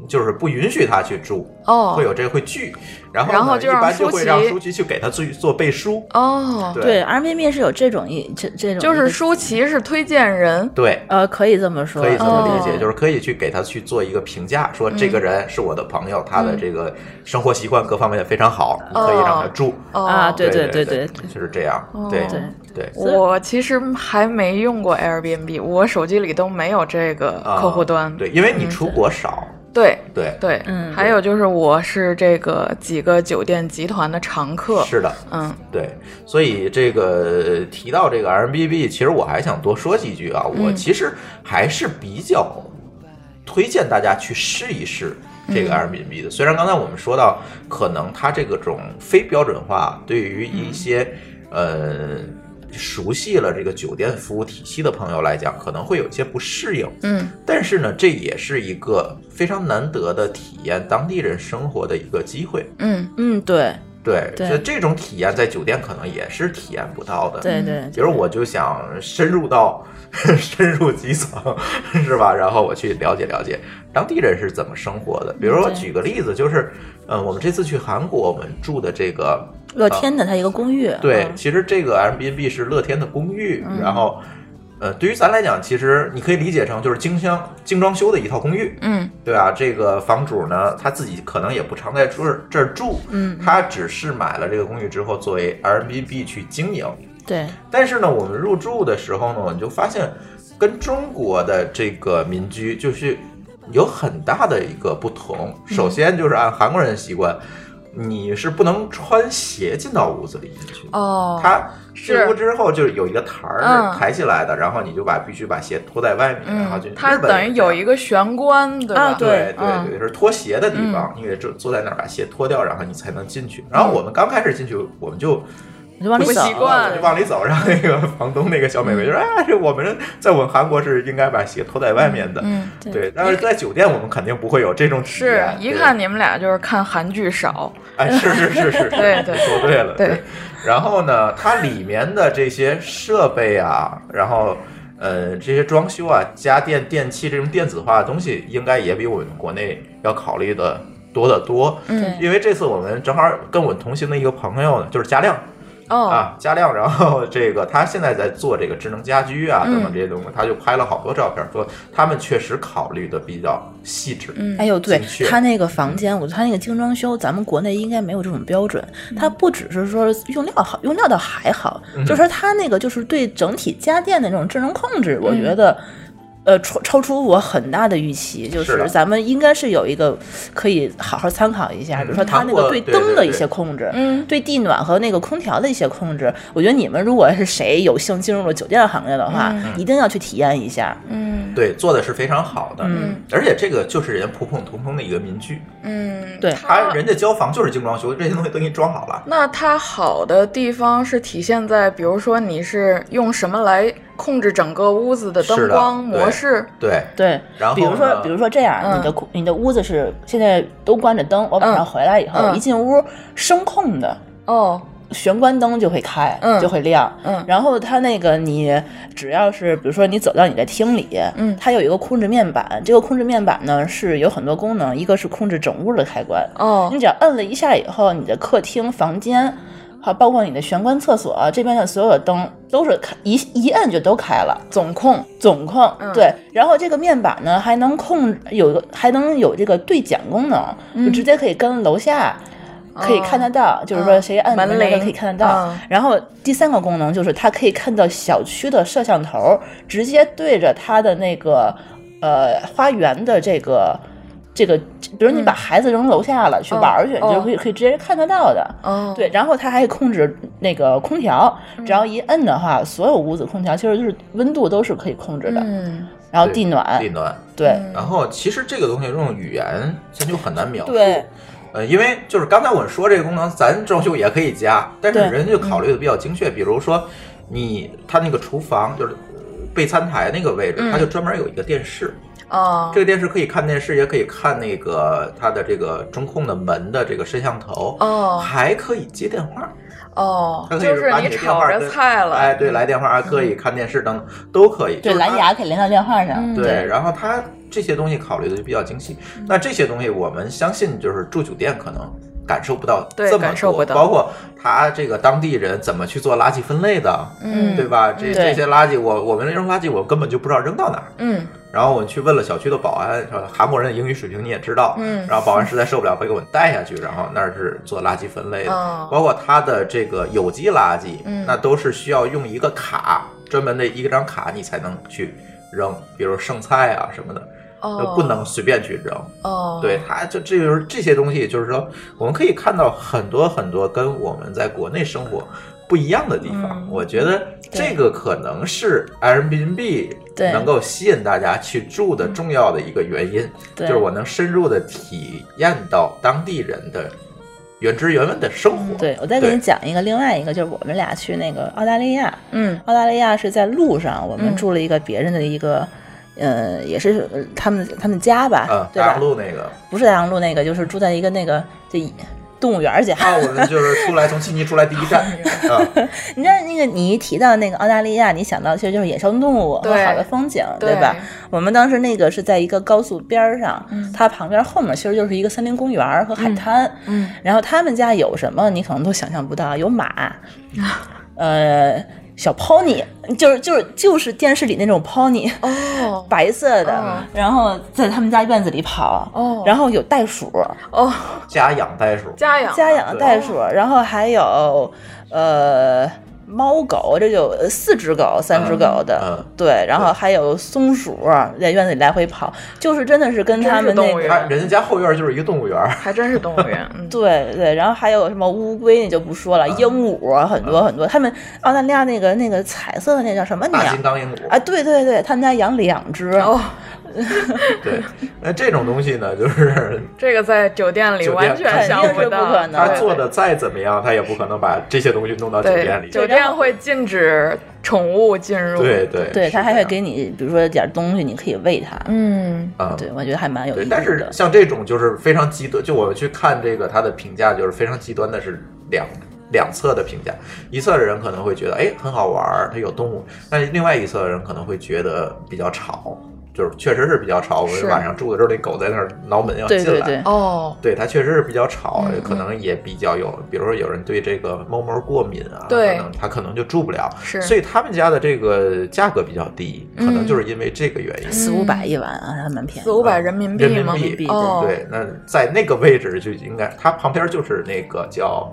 Speaker 8: 就是不允许他去住，
Speaker 9: 哦
Speaker 8: 会有这个会拒，然后呢
Speaker 9: 然后就
Speaker 8: 一
Speaker 9: 让
Speaker 8: 般就
Speaker 9: 舒
Speaker 8: 会
Speaker 9: 淇
Speaker 8: 让舒淇去给他做做背书，
Speaker 9: 哦，
Speaker 10: 对，Airbnb 啊是有这种一这这种，
Speaker 9: 就是舒淇是推荐人，
Speaker 8: 对，
Speaker 10: 呃，可以这么说，
Speaker 8: 可以这么理
Speaker 9: 哦嗯
Speaker 8: 解，就是可以去给他去做一个评价，说这个人是我的朋友，他的这个生活习惯各方面也非常好，你可以让他住。
Speaker 9: 哦
Speaker 10: 啊对
Speaker 8: 对
Speaker 10: 对
Speaker 8: 对
Speaker 10: 对，
Speaker 8: 就是这样
Speaker 9: 哦。
Speaker 8: 对
Speaker 9: 对
Speaker 8: 对，
Speaker 9: 我其实还没用过 Airbnb，我手机里都没有这个
Speaker 8: 啊
Speaker 9: 客户端。
Speaker 8: 对，因为你出国少，
Speaker 9: 对
Speaker 8: 对，
Speaker 9: 对
Speaker 10: 嗯
Speaker 9: 还有就是我是这个几个酒店集团的常客。
Speaker 8: 是的，
Speaker 9: 嗯
Speaker 8: 对，所以这个呃提到这个 Airbnb，其实我还想多说几句啊，我
Speaker 9: 嗯
Speaker 8: 其实还是比较推荐大家去试一试这个
Speaker 9: 嗯
Speaker 8: Airbnb 的。虽然刚才我们说到，可能它这个种非标准化对于一
Speaker 9: 嗯
Speaker 8: 些、呃熟悉了这个酒店服务体系的朋友来讲，可能会有一些不适应。
Speaker 9: 嗯
Speaker 8: 但是呢，这也是一个非常难得的体验当地人生活的一个机会。
Speaker 9: 嗯
Speaker 10: 嗯，对，
Speaker 8: 对，
Speaker 10: 对
Speaker 8: 就这种体验在酒店可能也是体验不到的。
Speaker 10: 对对，
Speaker 9: 嗯
Speaker 8: 比如我就想深入到 <laughs> 深入基层，是吧？然后我去了解了解当地人是怎么生活的。比如说，
Speaker 10: 对
Speaker 8: 举个例子，就是，嗯，我们这次去韩国，我们住的这个
Speaker 10: 乐天的它一个公寓，
Speaker 8: 对，
Speaker 10: 嗯
Speaker 8: 其实这个 Airbnb 是乐天的公寓，然后，呃，对于咱来讲，其实你可以理解成就是精装精装修的一套公寓，
Speaker 9: 嗯，
Speaker 8: 对啊，这个房主呢他自己可能也不常在这儿这儿住，
Speaker 10: 嗯
Speaker 8: 他只是买了这个公寓之后作为 Airbnb 去经营。
Speaker 10: 对
Speaker 8: 但是呢，我们入住的时候呢，我们就发现跟中国的这个民居就是有很大的一个不同。首
Speaker 9: 嗯
Speaker 8: 先就是按韩国人的习惯，你是不能穿鞋进到屋子里面去。
Speaker 9: 哦，
Speaker 8: 它进
Speaker 9: 是
Speaker 8: 屋之后就是有一个台儿
Speaker 9: 嗯
Speaker 8: 抬起来的，然后你就把必须把鞋脱在外面，然后就
Speaker 9: 嗯，它等于有一
Speaker 8: 个。
Speaker 9: 个玄关，对嗯吧？
Speaker 10: 啊对
Speaker 8: 对
Speaker 10: 嗯
Speaker 8: 对对，是脱鞋的地方，你得坐坐在那儿把鞋脱掉，然后你才能进去。
Speaker 9: 嗯
Speaker 8: 然后我们刚开始进去，我们就
Speaker 10: 我就往里
Speaker 8: 不
Speaker 10: 走，
Speaker 8: 习
Speaker 9: 嗯
Speaker 8: 惯，就往里走。然后那个房东那个小美眉就说：“哎，这我们在我们韩国是应该把鞋脱在外面的。
Speaker 9: 嗯，”
Speaker 8: 对，但是在酒店我们肯定不会有这种体
Speaker 9: 是
Speaker 8: 验。
Speaker 9: 一
Speaker 8: 对
Speaker 9: 看你们俩就是看韩剧少，
Speaker 8: 哎，是是是是，是
Speaker 9: <laughs> 对对
Speaker 8: 你说对了，
Speaker 9: 对
Speaker 8: 然后呢，它里面的这些设备啊，然后呃这些装修啊、家电、电器这种电子化的东西，应该也比我们国内要考虑的多得多。
Speaker 9: 嗯，
Speaker 8: 因为这次我们正好跟我同行的一个朋友呢，就是佳亮，
Speaker 9: 哦，
Speaker 8: 啊，加亮，然后这个他现在在做这个智能家居啊
Speaker 9: 嗯
Speaker 8: 等等这些东西，他就拍了好多照片，说他们确实考虑的比较细致。
Speaker 9: 嗯
Speaker 10: 哎呦，对
Speaker 8: 精确嗯
Speaker 10: 他那个房间，我觉得他那个精装修，咱们国内应该没有这种标准。
Speaker 9: 嗯
Speaker 10: 他不只是说用料好，用料倒还好，
Speaker 8: 嗯
Speaker 10: 就说他那个就是对整体家电的那种智能控制，
Speaker 9: 嗯
Speaker 10: 我觉得。呃，超超出我很大的预期，就是是
Speaker 8: 的
Speaker 10: 咱们应该是有一个可以好好参考一下，
Speaker 8: 嗯
Speaker 10: 比如说他
Speaker 8: 韩
Speaker 10: 那
Speaker 8: 国
Speaker 10: 个对
Speaker 8: 对
Speaker 10: 灯的
Speaker 8: 对
Speaker 10: 一
Speaker 8: 对
Speaker 10: 些控制，
Speaker 9: 嗯
Speaker 10: 对地暖和那个空调的一些控制。我觉得你们如果是谁有幸进入了酒店行业的话，一定要去体验一下。
Speaker 9: 嗯
Speaker 8: 对，做的是非常好的，
Speaker 10: 嗯
Speaker 8: 而且这个就是人家普普通通的一个民居，
Speaker 9: 嗯，
Speaker 10: 对
Speaker 8: 他
Speaker 9: 它
Speaker 8: 人家交房就是精装修，这些东西都给你装好了。
Speaker 9: 那它好的地方是体现在，比如说你是用什么来控制整个屋子的
Speaker 8: 是
Speaker 9: 灯
Speaker 8: 的
Speaker 9: 光
Speaker 8: 对
Speaker 9: 模式，
Speaker 8: 对，
Speaker 10: 对，
Speaker 8: 然后
Speaker 10: 比如
Speaker 8: 呢
Speaker 10: 说，比如说这样，
Speaker 9: 嗯
Speaker 10: 你的你的屋子是现在都关着灯，我晚上
Speaker 9: 嗯
Speaker 10: 回来以后、
Speaker 9: 嗯
Speaker 10: 一进屋，声控的
Speaker 9: 哦，
Speaker 10: 玄关灯就会开，
Speaker 9: 嗯
Speaker 10: 就会亮。
Speaker 9: 嗯
Speaker 10: 然后它那个你只要是比如说你走到你的厅里，
Speaker 9: 嗯
Speaker 10: 它有一个控制面板，这个控制面板呢是有很多功能，一个是控制整屋的开关，
Speaker 9: 哦
Speaker 10: 你，只要摁了一下以后，你的客厅、房间。好，包括你的玄关、厕所、啊这边的所有的灯都是开一一摁就都开了，
Speaker 9: 总控，
Speaker 10: 总控，
Speaker 9: 嗯
Speaker 10: 对，然后这个面板呢还能控有一个还能有这个对讲功能，
Speaker 9: 嗯
Speaker 10: 就直接可以跟楼下。可以看得到，就是说谁按
Speaker 9: 哦嗯门
Speaker 10: 门铃都
Speaker 9: 铃
Speaker 10: 可以看得到。
Speaker 9: 嗯
Speaker 10: 然后第三个功能就是它可以看到小区的摄像头，直接对着它的那个呃花园的这个这个，比如你把孩子扔楼下了、去
Speaker 9: 哦
Speaker 10: 玩儿去，你就
Speaker 9: 哦
Speaker 10: 可以可以直接看得到的。
Speaker 9: 哦，嗯
Speaker 10: 对，，然后它还可以控制那个空调，只要一摁的话，所有屋子空调其实就是温度都是可以控制的，
Speaker 9: 嗯，
Speaker 10: 然后地暖，
Speaker 8: 地暖。
Speaker 10: 对
Speaker 8: 然后其实这个东西用语言咱就很难描述。
Speaker 10: 对
Speaker 8: 呃，因为就是刚才我说这个功能，咱装修也可以加，但是
Speaker 10: 对
Speaker 8: 人家就考
Speaker 9: 嗯
Speaker 8: 虑的比较精确，比如说你他那个厨房就是呃备餐台那个位置，它就专门有一个电视，
Speaker 9: 嗯哦
Speaker 8: 这，个电视可以看电视，也可以看那个它的这个中控的门的这个摄像头，
Speaker 9: 哦，
Speaker 8: 还可以接电话，
Speaker 9: 哦，
Speaker 8: 它可以
Speaker 9: 就是
Speaker 8: 把
Speaker 9: 你
Speaker 8: 你的电
Speaker 9: 炒
Speaker 8: 话
Speaker 9: 着
Speaker 8: 跟
Speaker 9: 菜了，嗯
Speaker 8: 哎，对，来电话还可以看电视等等都可以，就
Speaker 10: 对，
Speaker 8: 是它
Speaker 10: 蓝牙可以连到电话上，
Speaker 9: 嗯
Speaker 8: 对，然后它这些东西考虑的就比较精细。那这些东西我们相信，就是住酒店可能感受不到
Speaker 9: 对
Speaker 8: 这么
Speaker 9: 感受
Speaker 8: 多
Speaker 9: 不到
Speaker 8: 包括他这个当地人怎么去做垃圾分类的，
Speaker 9: 嗯，
Speaker 8: 对？吧？这
Speaker 10: 嗯
Speaker 8: 这
Speaker 10: 对
Speaker 8: 些垃圾，我我们扔垃圾，我根本就不知道扔到哪儿。
Speaker 9: 嗯，
Speaker 8: 然后我去问了小区的保安，说韩国人的英语水平你也知道，
Speaker 9: 嗯
Speaker 8: 然后保安实在受不了，会给我们带下去，然后那儿是做垃圾分类的，
Speaker 9: 哦
Speaker 8: 包括它的这个有机垃圾，
Speaker 9: 嗯
Speaker 8: 那都是需要用一个卡专门的一张卡你才能去扔，比如剩菜啊什么的，
Speaker 9: 哦
Speaker 8: 都，不能随便去扔。
Speaker 9: 哦，
Speaker 8: 对，它就这就是这些东西，就是说我们可以看到很多很多跟我们在国内生活不一样的地方。
Speaker 9: 嗯
Speaker 8: 我觉得这个可能是 Airbnb
Speaker 10: 对
Speaker 8: 能够吸引大家去住
Speaker 9: 嗯
Speaker 8: 的重要的一个原因，就
Speaker 10: 对
Speaker 8: 是我能深入的体验到当地人的原汁原味的生
Speaker 9: 嗯
Speaker 8: 活。
Speaker 10: 对，我再给
Speaker 8: 对
Speaker 10: 你讲一个另外一个，就是我们俩去那个澳大利亚，
Speaker 9: 嗯，
Speaker 10: 澳大利亚是在路上，我们
Speaker 9: 嗯
Speaker 10: 住了一个别人的一个，呃，也是呃他们他们家吧，
Speaker 8: 啊，
Speaker 10: 对
Speaker 8: 大
Speaker 10: 吧
Speaker 8: 洋？路那个，
Speaker 10: 不是大洋路那个，就是住在一个那个就一动物园儿去。
Speaker 8: 啊，我们就是出来从悉尼出来第一
Speaker 10: <laughs>
Speaker 8: 站
Speaker 10: 哎
Speaker 8: 啊，
Speaker 10: 你知道那个你一提到那个澳大利亚，你想到其实就是野生动物和
Speaker 9: 对
Speaker 10: 好的风景，
Speaker 9: 对
Speaker 10: 对吧？我们当时那个是在一个高速边儿上，
Speaker 9: 嗯
Speaker 10: 它旁边后面其实就是一个森林公园儿和海滩。
Speaker 9: 嗯嗯
Speaker 10: 然后他们家有什么，你可能都想象不到，有马，
Speaker 9: 啊
Speaker 10: 呃，小 pony，就是就是就是电视里那种 pony，
Speaker 9: 哦
Speaker 10: 白色的，
Speaker 9: 哦
Speaker 10: 然后在他们家院子里跑，
Speaker 9: 哦
Speaker 10: 然后有袋鼠，
Speaker 9: 哦，
Speaker 8: 家养袋鼠，
Speaker 9: 家养啊
Speaker 10: 家养的
Speaker 8: 对
Speaker 10: 袋鼠，
Speaker 9: 嗯
Speaker 10: 然后还有呃猫狗，这有呃四只狗、三只狗的，
Speaker 8: 嗯嗯
Speaker 10: 对，然后还有松鼠在院子里来回跑，就是真的是跟他们
Speaker 9: 真是
Speaker 10: 那
Speaker 9: 动物
Speaker 10: 个。
Speaker 9: 园
Speaker 8: 他人家后院就是一个动物园儿，
Speaker 9: 还真是动物
Speaker 8: <laughs>
Speaker 9: 园，嗯
Speaker 10: 对对，然后还有什么乌龟，你就不说了，
Speaker 8: 嗯
Speaker 10: 鹦鹉啊，很多很多。他们澳大利亚那个那个彩色的那叫什么
Speaker 8: 大
Speaker 10: 鸟
Speaker 8: 金刚鹦鹉
Speaker 10: 啊？对对对，他们家养两只，
Speaker 9: 哦，
Speaker 10: <laughs>
Speaker 8: 对，那这种东西呢，就是
Speaker 9: 这个在酒店里
Speaker 8: 酒店
Speaker 9: 完全想
Speaker 10: 肯定是
Speaker 9: 到，
Speaker 10: 不可能
Speaker 8: 他
Speaker 9: 对
Speaker 8: 做的再怎么样，他也不可能把这些东西弄到酒店
Speaker 9: 对
Speaker 8: 里。
Speaker 9: 酒店会禁止宠物进入，
Speaker 8: 对对
Speaker 10: 对他还会
Speaker 8: 会
Speaker 10: 给你，比如说点东西，你可以喂它。
Speaker 9: 嗯，
Speaker 8: 啊，
Speaker 10: 对，我觉得还蛮有意
Speaker 8: 对，
Speaker 10: 思
Speaker 8: 但是
Speaker 10: 的。
Speaker 8: 像这种就是非常极端，就我去看这个他的评价，就是非常极端的是两两侧的评价，一侧的人可能会觉得哎很好玩儿，它有动物，但另外一侧的人可能会觉得比较吵，就是确实是比较吵，我
Speaker 9: 是
Speaker 8: 晚上住在这里，狗在那儿挠门要进
Speaker 10: 对
Speaker 8: 来。
Speaker 10: 对对，
Speaker 9: 哦，
Speaker 8: 对它确实是比较吵
Speaker 9: 嗯，
Speaker 8: 可能也比较有，比如说有人对这个猫毛过敏啊，
Speaker 9: 对
Speaker 8: 可能它可能就住不了，
Speaker 9: 是
Speaker 8: 所以他们家的这个价格比较低，可能
Speaker 9: 嗯
Speaker 8: 就是因为这个原因。
Speaker 10: 四五百一晚啊，还蛮便宜
Speaker 9: 四。五百人民币吗？
Speaker 8: 人民币
Speaker 9: 哦，
Speaker 8: 对，那在那个位置就应该，它旁边就是那个叫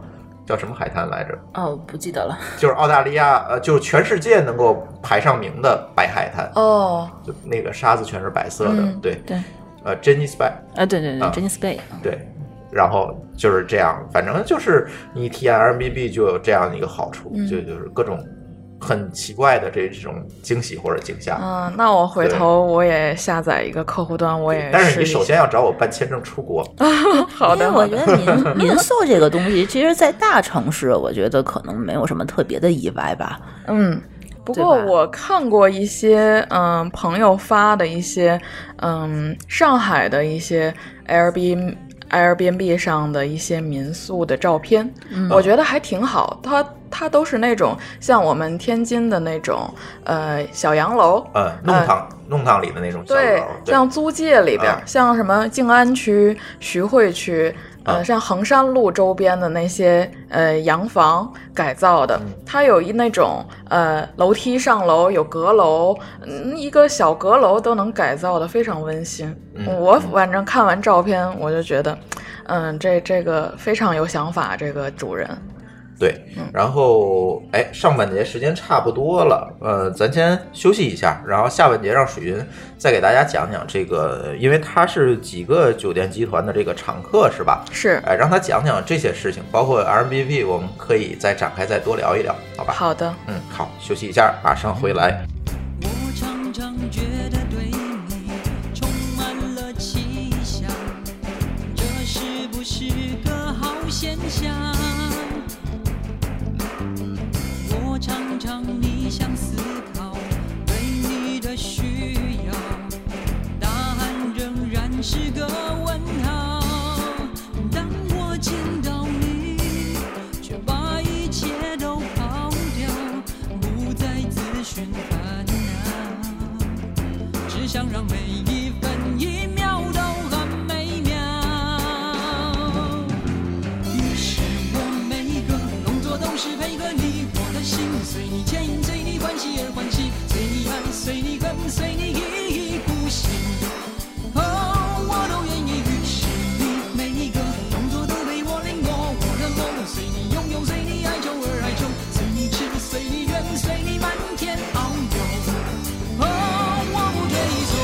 Speaker 8: 叫什么海滩来着？
Speaker 10: 哦，不记得了。
Speaker 8: 就是澳大利亚，呃，就是全世界能够排上名的白海滩，
Speaker 9: 哦，
Speaker 8: 就那个沙子全是白色的，
Speaker 9: 嗯
Speaker 8: 对
Speaker 10: 对，
Speaker 8: 呃，Jenny's Bay，
Speaker 10: 啊，对对对
Speaker 8: 啊
Speaker 10: ，Jenny's Bay，
Speaker 8: 对，然后就是这样，反正就是你体验 Airbnb 就有这样的一个好处，
Speaker 9: 嗯
Speaker 8: 就就是各种很奇怪的这这种惊喜或者惊吓。
Speaker 9: 嗯，那我回头我也下载一个客户端，我也
Speaker 8: 但是
Speaker 9: 试一
Speaker 8: 你
Speaker 9: 下
Speaker 8: 首先要找我办签证出国，
Speaker 9: <laughs> 哦好
Speaker 10: 因为
Speaker 9: 的
Speaker 10: 我
Speaker 9: 好
Speaker 10: 觉
Speaker 9: 的，<laughs>
Speaker 10: 得民民宿这个东西，其实，在大城市，我觉得可能没有什么特别的意外吧。
Speaker 9: 嗯。不
Speaker 10: 对
Speaker 9: 过
Speaker 10: 吧
Speaker 9: 我看过一些，嗯，朋友发的一些，嗯，上海的一些 Airbnb Airbnb 上的一些民宿的照片，
Speaker 10: 嗯
Speaker 9: 我觉得还挺好。它它都是那种像我们天津的那种，呃，小洋楼，
Speaker 8: 嗯，弄堂、弄堂里的那种小
Speaker 9: 呃对
Speaker 8: 楼，，
Speaker 9: 像租界里边儿，
Speaker 8: 啊
Speaker 9: 像什么静安区、徐汇区，
Speaker 8: 啊
Speaker 9: 呃，像衡山路周边的那些呃洋房改造的
Speaker 8: 嗯，
Speaker 9: 它有一那种呃楼梯上楼有阁楼，嗯，一个小阁楼都能改造的非常温馨。
Speaker 8: 嗯
Speaker 9: 我
Speaker 8: 嗯
Speaker 9: 反正看完照片，我就觉得，嗯，这这个非常有想法，这个主人。
Speaker 8: 对，然后哎，上半节时间差不多了，呃，咱先休息一下，然后下半节让水云再给大家讲讲这个，因为他是几个酒店集团的这个常客是吧？
Speaker 9: 是，
Speaker 8: 哎，让他讲讲这些事情，包括 Airbnb，我们可以再展开再多聊一聊，好吧？，
Speaker 9: 好的，
Speaker 8: 嗯，好，休息一下，马上回来。
Speaker 11: 我常常觉得对你充满了奇想，这是不是个好现象？我常常逆向思考对你的需要，答案仍然是个问号。当我见到你，却把一切都抛掉，不再自寻烦恼，只想让每一分一秒都很美妙。于是我每个动作都是配合你，我的心随你牵引，随你欢喜而欢喜，随你爱，随你恨，随你一意孤行。哦，我都愿意。于是你每一个动作都被我领过，我的梦随你拥有，随你哀愁而哀愁，随你痴，随你怨，随你漫天遨游。哦，我不退缩。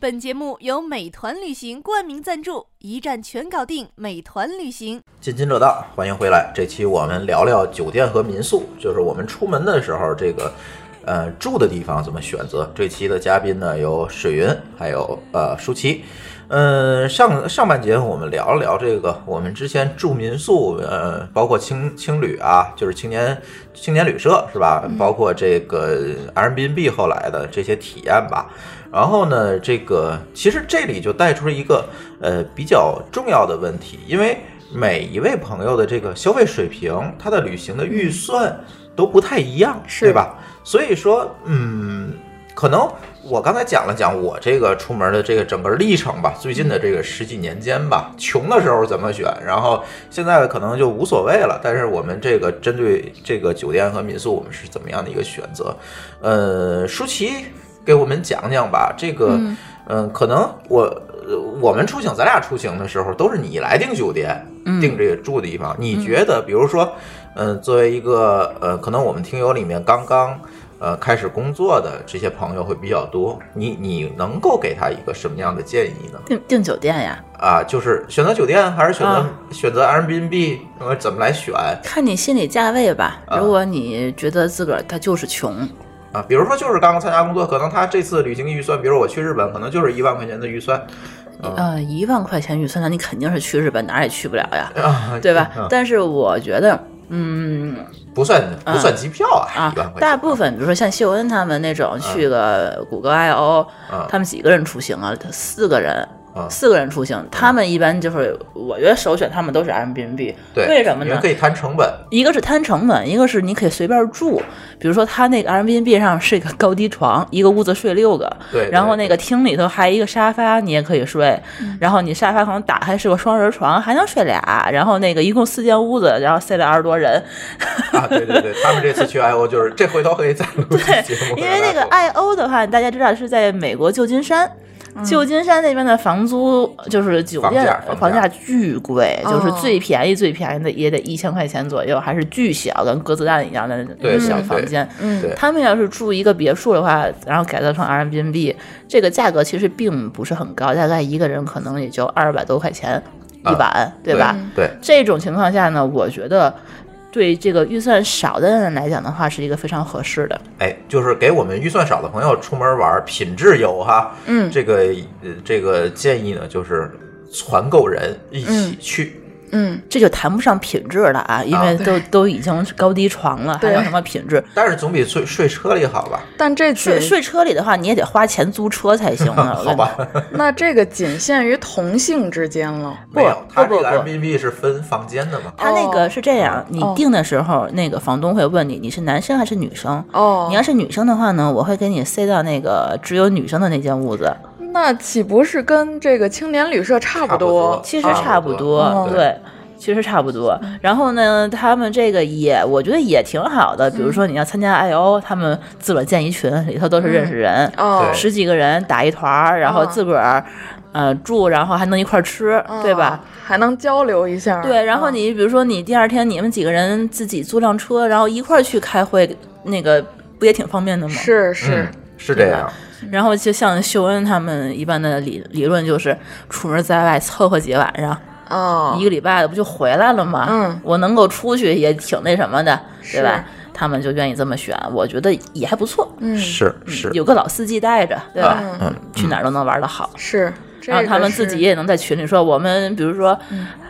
Speaker 1: 本节目由美团旅行冠名赞助，一站全搞定，美团旅行。
Speaker 8: 津津乐道，欢迎回来。这期我们聊聊酒店和民宿，就是我们出门的时候这个。呃，住的地方怎么选择？这期的嘉宾呢有水云，还有呃舒淇。嗯，上上半节我们聊了聊这个，我们之前住民宿，呃，包括青青旅啊，就是青年青年旅社是吧？包括这个呃 Airbnb 后来的这些体验吧。然后呢，这个其实这里就带出了一个呃比较重要的问题，因为每一位朋友的这个消费水平，他的旅行的预算都不太一样，
Speaker 3: 是
Speaker 8: 对吧？所以说，嗯，可能我刚才讲了讲我这个出门的这个整个历程吧，最近的这个十几年间吧，穷的时候怎么选，然后现在可能就无所谓了。但是我们这个针对这个酒店和民宿，我们是怎么样的一个选择？呃，舒淇给我们讲讲吧，这个，嗯、可能我。呃我们出行，咱俩出行的时候都是你来订酒店，订这个住的地方。你觉得，比如说，嗯、作为一个呃，可能我们听友里面刚刚呃开始工作的这些朋友会比较多，你你能够给他一个什么样的建议呢？
Speaker 10: 订订酒店呀，
Speaker 8: 啊，就是选择酒店还是选择、
Speaker 10: 啊
Speaker 8: 选择 Airbnb，呃，怎么来选
Speaker 10: 看你心理价位吧。
Speaker 8: 啊
Speaker 10: 如果你觉得自个儿他就是穷，
Speaker 8: 啊？比如说，就是刚刚参加工作，可能他这次旅行预算，比如我去日本，可能就是一万块钱的预算啊
Speaker 10: 呃，一万块钱预算，那你肯定是去日本，哪儿也去不了呀，
Speaker 8: 啊，
Speaker 10: 对吧？
Speaker 8: 嗯
Speaker 10: 但是我觉得，嗯
Speaker 8: 不算不算机票啊，
Speaker 10: 啊
Speaker 8: 一万，块钱
Speaker 10: 大部分比如说像秀恩他们那种去个谷歌 I O，
Speaker 8: 啊
Speaker 10: 他们几个人出行啊？四个人
Speaker 8: 啊。
Speaker 10: 四个人出行，他们一般就是，我觉得首选他们都是 Airbnb，
Speaker 8: 对，
Speaker 10: 为什么
Speaker 8: 因为
Speaker 10: 呢
Speaker 8: 可？以摊成本
Speaker 10: 一个是摊成本，一个是你可以随便住。比如说，他那个 Airbnb 上是一个高低床，一个屋子睡六个，
Speaker 8: 对
Speaker 10: 然
Speaker 8: 对
Speaker 10: 后那个厅里头还一个沙发，你也可以睡。然后你沙发可能打开是个双人床，还能睡俩。然后那个一共四间屋子，然后塞了二十多人。
Speaker 8: 啊，对对对，他们这次去 I O 就是这回头可以再录期节目，
Speaker 10: 因为那个
Speaker 8: 爱
Speaker 10: I O 的话，大家知道是在美国旧金山。旧金山那边的房租就是酒
Speaker 8: 房
Speaker 10: 店
Speaker 8: 价房价
Speaker 10: 房价巨贵，
Speaker 9: 哦
Speaker 10: 就是最便宜最便宜的也得一千块钱左右，还是巨小，跟鸽子蛋一样的那
Speaker 8: 对对
Speaker 10: 种小
Speaker 8: 对
Speaker 10: 房间。
Speaker 9: 嗯
Speaker 8: 对
Speaker 10: 他们要是住一个别墅的话，然后改造成 Airbnb，这个价格其实并不是很高，大概一个人可能也就二百多块钱一
Speaker 8: 啊
Speaker 10: 晚，对吧？
Speaker 8: 对，
Speaker 10: 这种情况下呢，我觉得对这个预算少的人来讲的话，是一个非常合适的。
Speaker 8: 哎，就是给我们预算少的朋友出门玩，品质有哈。
Speaker 9: 嗯
Speaker 8: 这个呃这个建议呢，就是团购人一起去。
Speaker 9: 嗯，
Speaker 10: 这就谈不上品质了啊，因
Speaker 8: 啊
Speaker 10: 为都、都已经是高低床了，还
Speaker 9: 对
Speaker 10: 有什么品质？
Speaker 8: 但是总比睡睡车里好吧？
Speaker 9: 但这次
Speaker 10: 睡睡车里的话，你也得花钱租车才行呢。嗯我
Speaker 8: <laughs> 好
Speaker 10: 跟你
Speaker 8: 吧，
Speaker 9: 那这个仅限于同性之间了。
Speaker 8: 没有，
Speaker 10: 不
Speaker 8: 他
Speaker 10: 不
Speaker 8: 这个
Speaker 10: 不
Speaker 8: Airbnb 是分房间的嘛？
Speaker 10: 他那个是这样，你
Speaker 9: 哦
Speaker 10: 订的时候，那个房东会问你你是男生还是女生。
Speaker 9: 哦，
Speaker 10: 你要是女生的话呢，我会给你塞到那个只有女生的那间屋子，
Speaker 9: 那岂不是跟这个青年旅社差不
Speaker 8: 多，
Speaker 10: 其实差不多，
Speaker 9: 哦
Speaker 10: 对。其实差不多，然后呢，他们这个也，我觉得也挺好的。比如说你要参加 I O，他们自个儿建一群，里头都是认识人，
Speaker 9: 哦
Speaker 8: 对
Speaker 10: 十几个人打一团儿，然后
Speaker 9: 啊
Speaker 10: 自个儿，呃，住，然后还能一块儿吃，
Speaker 8: 嗯
Speaker 10: 对吧？
Speaker 9: 啊？还能交流一下。
Speaker 10: 嗯对，然后
Speaker 9: 嗯
Speaker 10: 你比如说你第二天你们几个人自己租辆车，然后一块儿去开会，那个不也挺方便的吗？
Speaker 9: 是是
Speaker 8: 嗯，是这样。
Speaker 10: 然后就像秀恩他们一般的理理论就是，出门在外凑合几晚上，
Speaker 8: 嗯
Speaker 9: 哦
Speaker 10: 一个礼拜的不就回来了吗？
Speaker 9: 嗯
Speaker 10: 我能够出去也挺那什么的，对
Speaker 9: 是
Speaker 10: 吧？他们就愿意这么选，我觉得也还不错。
Speaker 9: 嗯
Speaker 8: 是
Speaker 10: 嗯
Speaker 8: 是，
Speaker 10: 有个老司机带着，对吧？
Speaker 9: 嗯
Speaker 8: 嗯，
Speaker 10: 去哪儿都能玩得好。
Speaker 9: 是，这
Speaker 10: 然啊后他
Speaker 9: 个
Speaker 10: 们自
Speaker 9: 是嗯
Speaker 10: 己也能在群里说，我们比如说，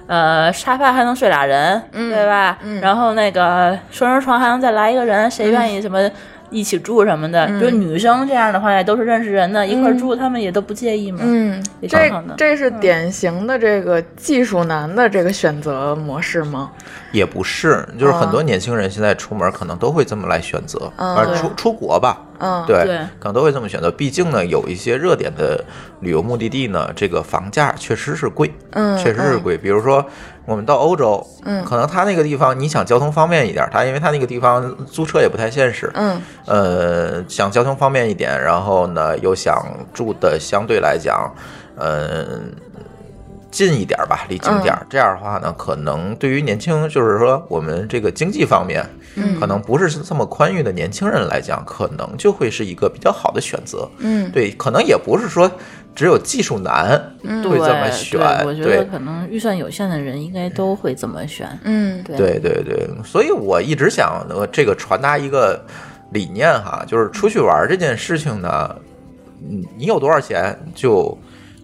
Speaker 10: 呃，沙发还能睡俩人，对吧？
Speaker 9: 嗯
Speaker 10: 然后那个双人床还能再来一个人，谁愿意什么一起住什么的？
Speaker 9: 嗯
Speaker 10: 就是女生这样的话，也都是认识人的，一块儿住，他们也都不介意嘛。
Speaker 9: 嗯，
Speaker 10: 也挺
Speaker 9: 这
Speaker 10: 好的
Speaker 9: 这是典型的这个技术男的这个选择模式吗？
Speaker 8: 也不是，就是很
Speaker 9: 啊
Speaker 8: 多年轻人现在出门可能都会这么来选择，
Speaker 9: 啊
Speaker 8: 而
Speaker 9: 对
Speaker 8: 出出国吧，
Speaker 9: 嗯，
Speaker 8: 对，
Speaker 10: 对
Speaker 8: 可能都会这么选择。毕竟呢，有一些热点的旅游目的地呢，这个房价确实是贵，
Speaker 9: 嗯
Speaker 8: 确实是贵。比如说我们到欧洲，
Speaker 9: 嗯
Speaker 8: 可能它那个地方你想交通方便一点，它因为它那个地方租车也不太现实，
Speaker 9: 嗯
Speaker 8: 呃，想交通方便一点，然后呢又想住的相对来讲，嗯、呃近一点儿吧，离景点儿。
Speaker 10: 嗯
Speaker 8: 这样的话呢，可能对于年轻，就是说我们这个经济方面，
Speaker 9: 嗯
Speaker 8: 可能不是这么宽裕的年轻人来讲，可能就会是一个比较好的选择。
Speaker 9: 嗯，
Speaker 8: 对，可能也不是说只有技术男
Speaker 9: 嗯
Speaker 8: 会这么
Speaker 10: 对
Speaker 8: 选
Speaker 10: 对我觉
Speaker 8: 对
Speaker 10: 得可能预算有限的人应该都会这么选。
Speaker 9: 嗯
Speaker 10: 对
Speaker 8: 对对对，所以我一直想呃这个传达一个理念哈，就是出去玩儿这件事情呢，你你有多少钱就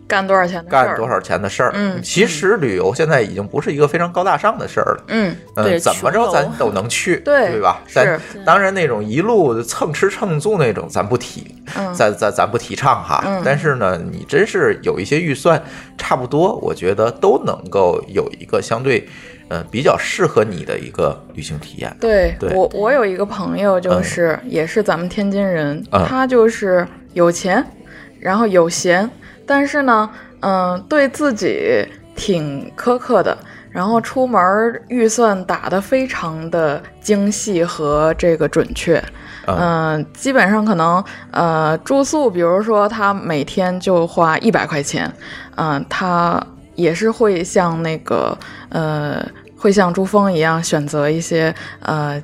Speaker 9: 干多少钱的事儿？
Speaker 8: 干多？少钱的事儿。
Speaker 9: 嗯
Speaker 8: 其实旅游现在已经不是一个非常高大上的事儿了。
Speaker 9: 嗯，
Speaker 8: 嗯，
Speaker 10: 对
Speaker 8: 怎么
Speaker 10: 穷
Speaker 8: 着
Speaker 10: 游
Speaker 8: 咱都能去，
Speaker 9: <laughs> 对
Speaker 8: 吧？
Speaker 9: 是
Speaker 8: 咱当然那种一路蹭吃蹭住那种，咱不提，
Speaker 9: 嗯
Speaker 8: 咱咱咱不提倡哈。
Speaker 9: 嗯
Speaker 8: 但是呢，你真是有一些预算差不多，我觉得都能够有一个相对，呃，比较适合你的一个旅行体验。
Speaker 9: 对
Speaker 8: 对
Speaker 9: 我我有一个朋友，就
Speaker 8: 嗯
Speaker 9: 是、也是咱们天津人，
Speaker 8: 嗯
Speaker 9: 他就是有钱，然后有闲，但是呢，嗯、对自己挺苛刻的。然后出门儿预算打得非常的精细和这个准确，
Speaker 8: 嗯
Speaker 9: 嗯、基本上可能呃住宿，比如说他每天就花一百块钱，嗯、他也是会像那个呃，会像珠峰一样选择一些呃。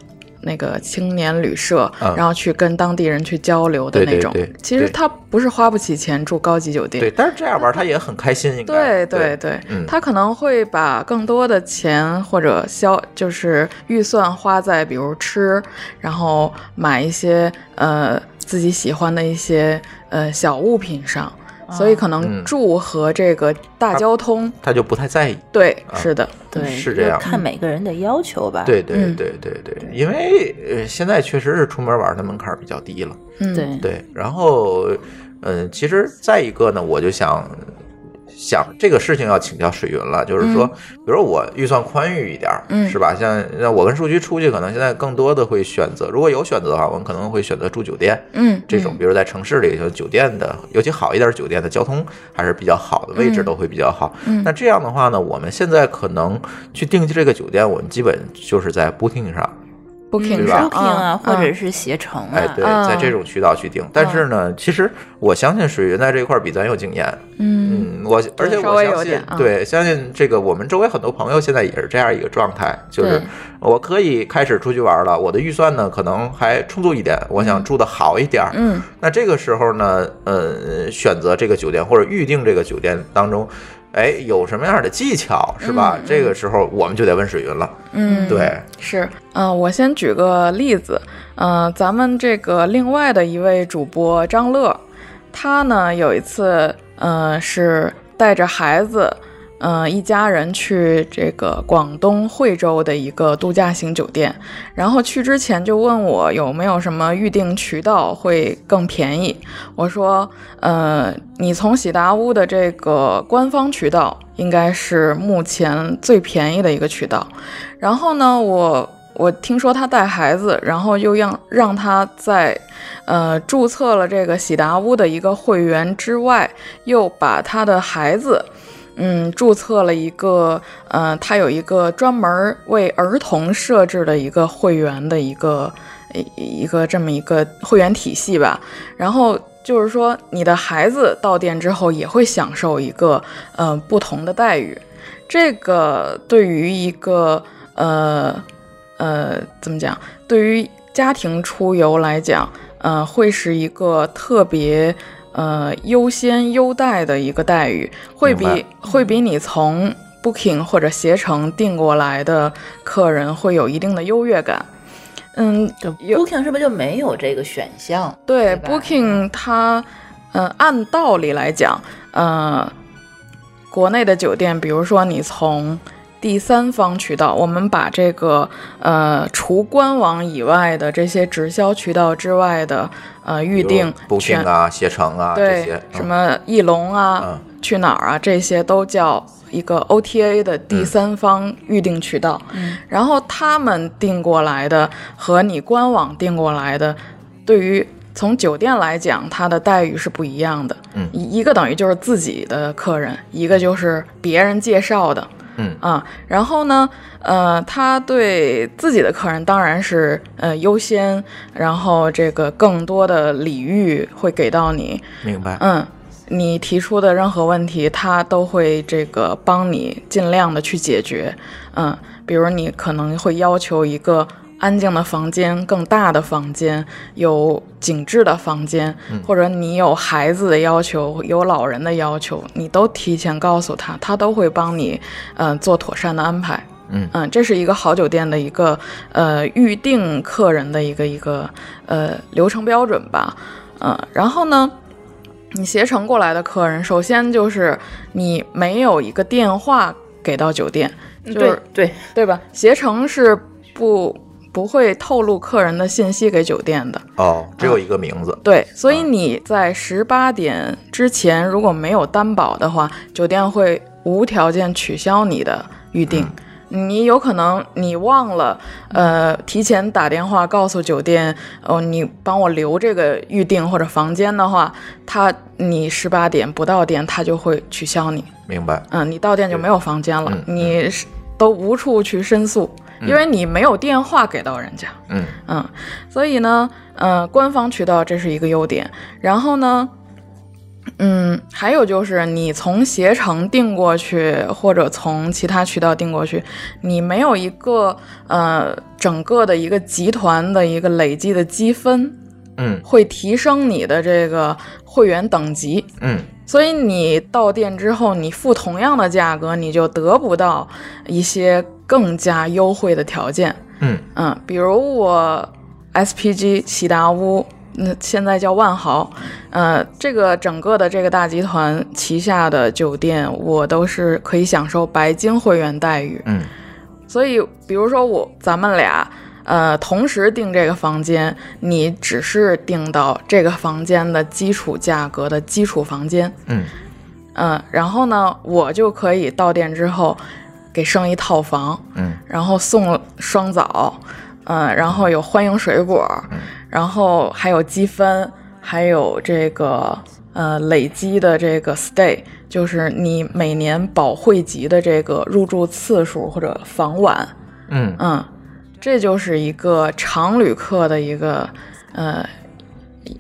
Speaker 9: 那个青年旅社，
Speaker 8: 嗯
Speaker 9: 然后去跟当地人去交流的
Speaker 8: 对
Speaker 9: 那种。
Speaker 8: 对对
Speaker 9: 其实
Speaker 8: 对
Speaker 9: 他不是花不起钱住高级酒店，
Speaker 8: 对，但是这样玩儿他也很开心，应该
Speaker 9: 对对对，
Speaker 8: 嗯
Speaker 9: 他可能会把更多的钱或者消就是预算花在比如吃，然后买一些呃自己喜欢的一些呃小物品上，所以可
Speaker 8: 嗯
Speaker 9: 能住和这个大交通，
Speaker 8: 他就不太在意。
Speaker 9: 对，
Speaker 8: 啊
Speaker 9: 是的，
Speaker 10: 对，
Speaker 8: 是这样
Speaker 10: 看每个人的要求吧。
Speaker 8: 对对
Speaker 9: 嗯
Speaker 8: 对对对，因为呃现在确实是出门玩儿的门槛儿比较低了。
Speaker 9: 嗯，
Speaker 10: 对
Speaker 8: 对，然后，嗯，其实再一个呢，我就想想这个事情要请教水云了，就是说，比如我预算宽裕一点儿，
Speaker 9: 嗯
Speaker 8: 是吧？像那我跟树菊出去，可能现在更多的会选择，如果有选择的话，我们可能会选择住酒店。
Speaker 9: 嗯，
Speaker 8: 这种，比如在城市里，就酒店的，尤其好一点儿酒店的交通还是比较好的，位置
Speaker 9: 嗯
Speaker 8: 都会比较好。
Speaker 9: 嗯
Speaker 8: 那这样的话呢，我们现在可能去订这个酒店，我们基本就是在 Booking 上，
Speaker 9: 嗯 booking
Speaker 8: 对吧
Speaker 9: 上
Speaker 10: booking 啊，或者
Speaker 9: 是
Speaker 10: 是携程
Speaker 9: 嗯
Speaker 10: 啊，
Speaker 8: 哎，对，在这种渠道去定。但是呢，其实我相信水云在这一块儿比咱有经验。
Speaker 9: 嗯
Speaker 8: 嗯，我而且
Speaker 9: 稍
Speaker 8: 我
Speaker 9: 微
Speaker 8: 相
Speaker 9: 有
Speaker 8: 信
Speaker 9: 点，啊
Speaker 8: 对，相信这个我们周围很多朋友现在也是这样一个状态，就是
Speaker 10: 对
Speaker 8: 我可以开始出去玩了，我的预算呢可能还充足一点，我想住的好一点儿。
Speaker 9: 嗯
Speaker 8: 那这个时候呢，呃，选择这个酒店或者预定这个酒店当中。哎，有什么样的技巧是吧？这个时候我们就得问水云了。
Speaker 9: 嗯，
Speaker 8: 对，
Speaker 9: 是，嗯、我先举个例子，嗯、咱们这个另外的一位主播张乐，他呢有一次，呃，是带着孩子，呃，一家人去这个广东惠州的一个度假型酒店，然后去之前就问我有没有什么预定渠道会更便宜，我说，呃，你从喜达屋的这个官方渠道应该是目前最便宜的一个渠道。然后呢，我我听说他带孩子，然后又让让他在呃注册了这个喜达屋的一个会员之外，又把他的孩子。嗯，注册了一个，呃，他有一个专门为儿童设置的一个会员的一个一一个这么一个会员体系吧。然后就是说，你的孩子到店之后也会享受一个呃不同的待遇。这个对于一个呃呃怎么讲？对于家庭出游来讲，呃，会是一个特别呃优先优待的一个待遇，会
Speaker 8: 明白
Speaker 9: 比会比你从 Booking 或者携程订过来的客人会有一定的优越感。嗯，
Speaker 10: 就
Speaker 9: 有
Speaker 10: Booking 是不是就没有这个选项？
Speaker 9: 对
Speaker 10: 对吧嗯
Speaker 9: Booking 它，呃，按道理来讲，呃，国内的酒店，比如说你从第三方渠道，我们把这个呃除官网以外的这些直销渠道之外的呃预定
Speaker 8: 比如
Speaker 9: 全
Speaker 8: Booking 啊、携程啊这
Speaker 9: 对
Speaker 8: 些，嗯
Speaker 9: 什么翼龙啊、
Speaker 8: 嗯
Speaker 9: 去哪儿啊，这些都叫一个 OTA 的
Speaker 8: 嗯
Speaker 9: 第三方预订渠道。嗯、然后他们订过来的和你官网订过来的，对于从酒店来讲，它的待遇是不一样的。
Speaker 8: 嗯
Speaker 9: 一一个等于就是自己的客人，一个就是别人介绍的。
Speaker 8: 嗯
Speaker 9: 啊，然后呢，呃，他对自己的客人当然是呃优先，然后这个更多的礼遇会给到你，
Speaker 8: 明白。
Speaker 9: 嗯，你提出的任何问题，他都会这个帮你尽量的去解决。嗯，比如你可能会要求一个安静的房间、更大的房间、有景致的房间，或者你有孩子的要求、有老人的要求，你都提前告诉他，他都会帮你嗯、呃做妥善的安排。
Speaker 8: 嗯
Speaker 9: 嗯，这是一个好酒店的一个呃预定客人的一个一个呃流程标准吧。嗯，然后呢，你携程过来的客人，首先就是你没有一个电话给到酒店，就是
Speaker 3: 对对，
Speaker 9: 对吧？携程是不不会透露客人的信息给酒店的，
Speaker 8: 哦，只有一个名字，
Speaker 9: 对，所
Speaker 8: 啊
Speaker 9: 以你在十八点之前如果没有担保的话，酒店会无条件取消你的预定。
Speaker 8: 嗯
Speaker 9: 你有可能你忘了，呃，提前打电话告诉酒店，哦，你帮我留这个预定或者房间的话，他你十八点不到店，他就会取消你。
Speaker 8: 明白？
Speaker 9: 嗯，你到店就没有房间了，
Speaker 8: 嗯嗯
Speaker 9: 你是都无处去申诉，因为你没有电话给到人家。
Speaker 8: 嗯
Speaker 9: 嗯，所以呢，呃，官方渠道这是一个优点。然后呢，嗯，还有就是你从携程订过去，或者从其他渠道订过去，你没有一个呃整个的一个集团的一个累积的积分，
Speaker 8: 嗯
Speaker 9: 会提升你的这个会员等级。
Speaker 8: 嗯
Speaker 9: 所以你到店之后，你付同样的价格，你就得不到一些更加优惠的条件。
Speaker 8: 嗯
Speaker 9: 嗯，比如我 SPG 喜达屋，那现在叫万豪，呃，这个整个的这个大集团旗下的酒店，我都是可以享受白金会员待遇。
Speaker 8: 嗯
Speaker 9: 所以，比如说我咱们俩，呃，同时订这个房间，你只是订到这个房间的基础价格的基础房间，
Speaker 8: 嗯
Speaker 9: 嗯，然后呢，我就可以到店之后给升一套房，
Speaker 8: 嗯
Speaker 9: 然后送双枣，嗯、然后有欢迎水果，然后还有积分，还有这个呃累积的这个 stay，就是你每年保惠及的这个入住次数或者房晚，
Speaker 8: 嗯
Speaker 9: 嗯，这就是一个常旅客的一个呃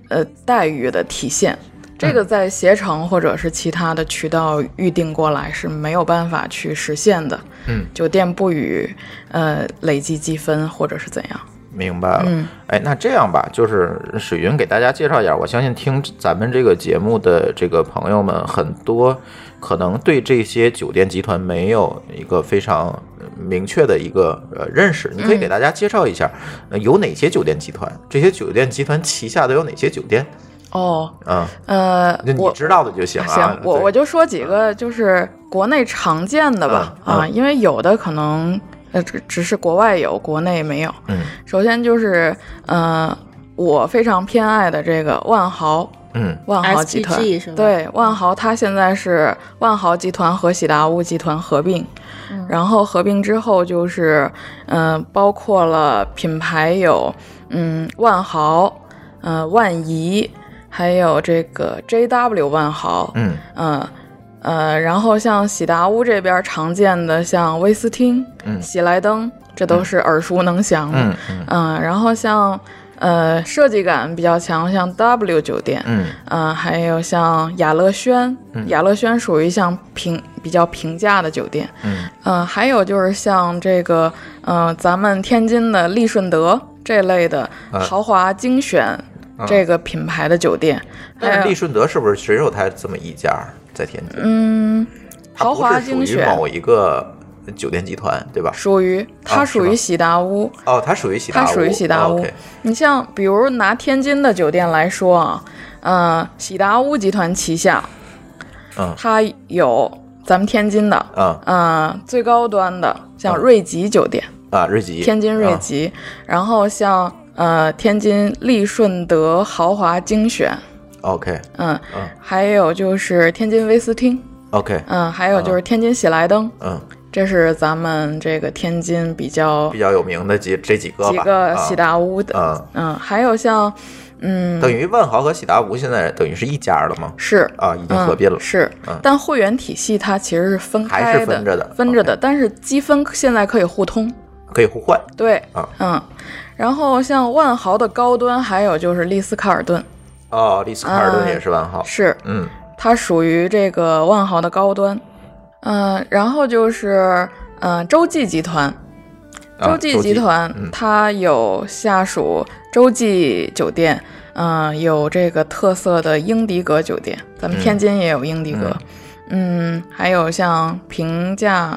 Speaker 9: 呃待遇的体现。这个在携程或者是其他的渠道预定过来是没有办法去实现的。
Speaker 8: 嗯，
Speaker 9: 酒店不予呃累积积分或者是怎样。
Speaker 8: 明白了。
Speaker 9: 嗯
Speaker 8: 哎，那这样吧，就是水云给大家介绍一下。我相信听咱们这个节目的这个朋友们，很多可能对这些酒店集团没有一个非常呃明确的一个呃认识。你可以给大家介绍一下、
Speaker 9: 嗯
Speaker 8: 呃有哪些酒店集团，这些酒店集团旗下都有哪些酒店
Speaker 9: 哦，
Speaker 8: 啊？
Speaker 9: 呃
Speaker 8: 那，你
Speaker 9: 我
Speaker 8: 知道的就行啊。
Speaker 9: 行，我
Speaker 8: 对
Speaker 9: 我就说几个就是国内常见的吧、
Speaker 8: 嗯
Speaker 9: 啊，因为有的可能呃只只是国外有，国内没有。
Speaker 8: 嗯
Speaker 9: 首先就是呃，我非常偏爱的这个万豪，
Speaker 8: 嗯
Speaker 9: 万豪集团
Speaker 3: SPG 是吧
Speaker 9: 对，万豪它现在是万豪集团和喜达屋集团合并，
Speaker 3: 嗯
Speaker 9: 然后合并之后就是，嗯、包括了品牌有，嗯，万豪，呃，万怡，还有这个 JW 万豪，
Speaker 8: 嗯
Speaker 9: 嗯呃，然后像喜达屋这边常见的像威斯汀、
Speaker 8: 嗯
Speaker 9: 喜来登，这都是耳熟能详的。
Speaker 8: 嗯嗯
Speaker 9: 嗯，然后像呃设计感比较强，像 W 酒店，
Speaker 8: 嗯
Speaker 9: 嗯、还有像雅乐轩，雅乐轩属于像平比较平价的酒店，
Speaker 8: 嗯
Speaker 9: 嗯，还有就是像这个，嗯，咱们天津的利顺德这类的
Speaker 8: 嗯
Speaker 9: 豪华精选这个品牌的酒店，
Speaker 8: 但是
Speaker 9: 还
Speaker 8: 利
Speaker 9: 有
Speaker 8: 顺德是不是只有它这么一家在天津？
Speaker 9: 嗯，
Speaker 8: 它
Speaker 9: 豪
Speaker 8: 不
Speaker 9: 华
Speaker 8: 是属
Speaker 9: 精
Speaker 8: 于
Speaker 9: 选
Speaker 8: 某一个酒店集团，对吧？
Speaker 9: 属于它
Speaker 8: 啊是
Speaker 9: 属于
Speaker 8: 吗
Speaker 9: 喜达屋，
Speaker 8: 哦，它属于喜达屋，
Speaker 9: 它属于喜达屋。
Speaker 8: 哦，OK
Speaker 9: 你像比如拿天津的酒店来说啊，呃，喜达屋集团旗下，
Speaker 8: 嗯
Speaker 9: 它有咱们天津的，
Speaker 8: 嗯
Speaker 9: 呃，最高端的像
Speaker 8: 嗯
Speaker 9: 瑞吉酒店，
Speaker 8: 啊，瑞吉，
Speaker 9: 天津瑞吉，然后像呃天津利顺德豪华精选，
Speaker 8: 啊，OK
Speaker 9: 嗯，
Speaker 8: 嗯
Speaker 9: 还有就是天津威斯汀，
Speaker 8: OK，
Speaker 9: 嗯，还有就是天津喜来登，
Speaker 8: 嗯，
Speaker 9: 这是咱们这个天津比较
Speaker 8: 比较有名的几这几个吧，
Speaker 9: 几个喜达屋的，
Speaker 8: 啊，
Speaker 9: 嗯，还有像嗯
Speaker 8: 嗯，等于万豪和喜达屋现在等于是一家了吗？
Speaker 9: 是
Speaker 8: 啊，已经
Speaker 9: 嗯
Speaker 8: 合并了，
Speaker 9: 是
Speaker 8: 嗯，
Speaker 9: 但会员体系它其实是分
Speaker 8: 还
Speaker 9: 开
Speaker 8: 是
Speaker 9: 的，
Speaker 8: 分着的
Speaker 9: 分着的。但是积分现在可以互通，
Speaker 8: 可以互换。
Speaker 9: 对
Speaker 8: 啊，
Speaker 9: 嗯。然后像万豪的高端，还有就是丽思卡尔顿，
Speaker 8: 哦，丽思卡尔顿也是万豪，
Speaker 9: 嗯是
Speaker 8: 嗯
Speaker 9: 它属于这个万豪的高端。嗯、然后就是嗯、呃洲际集团，
Speaker 8: 啊
Speaker 9: 洲际集团、
Speaker 8: 洲际嗯
Speaker 9: 它有下属洲际酒店，嗯、有这个特色的英迪格酒店，咱们
Speaker 8: 嗯
Speaker 9: 天津也有英迪格，嗯还有像平价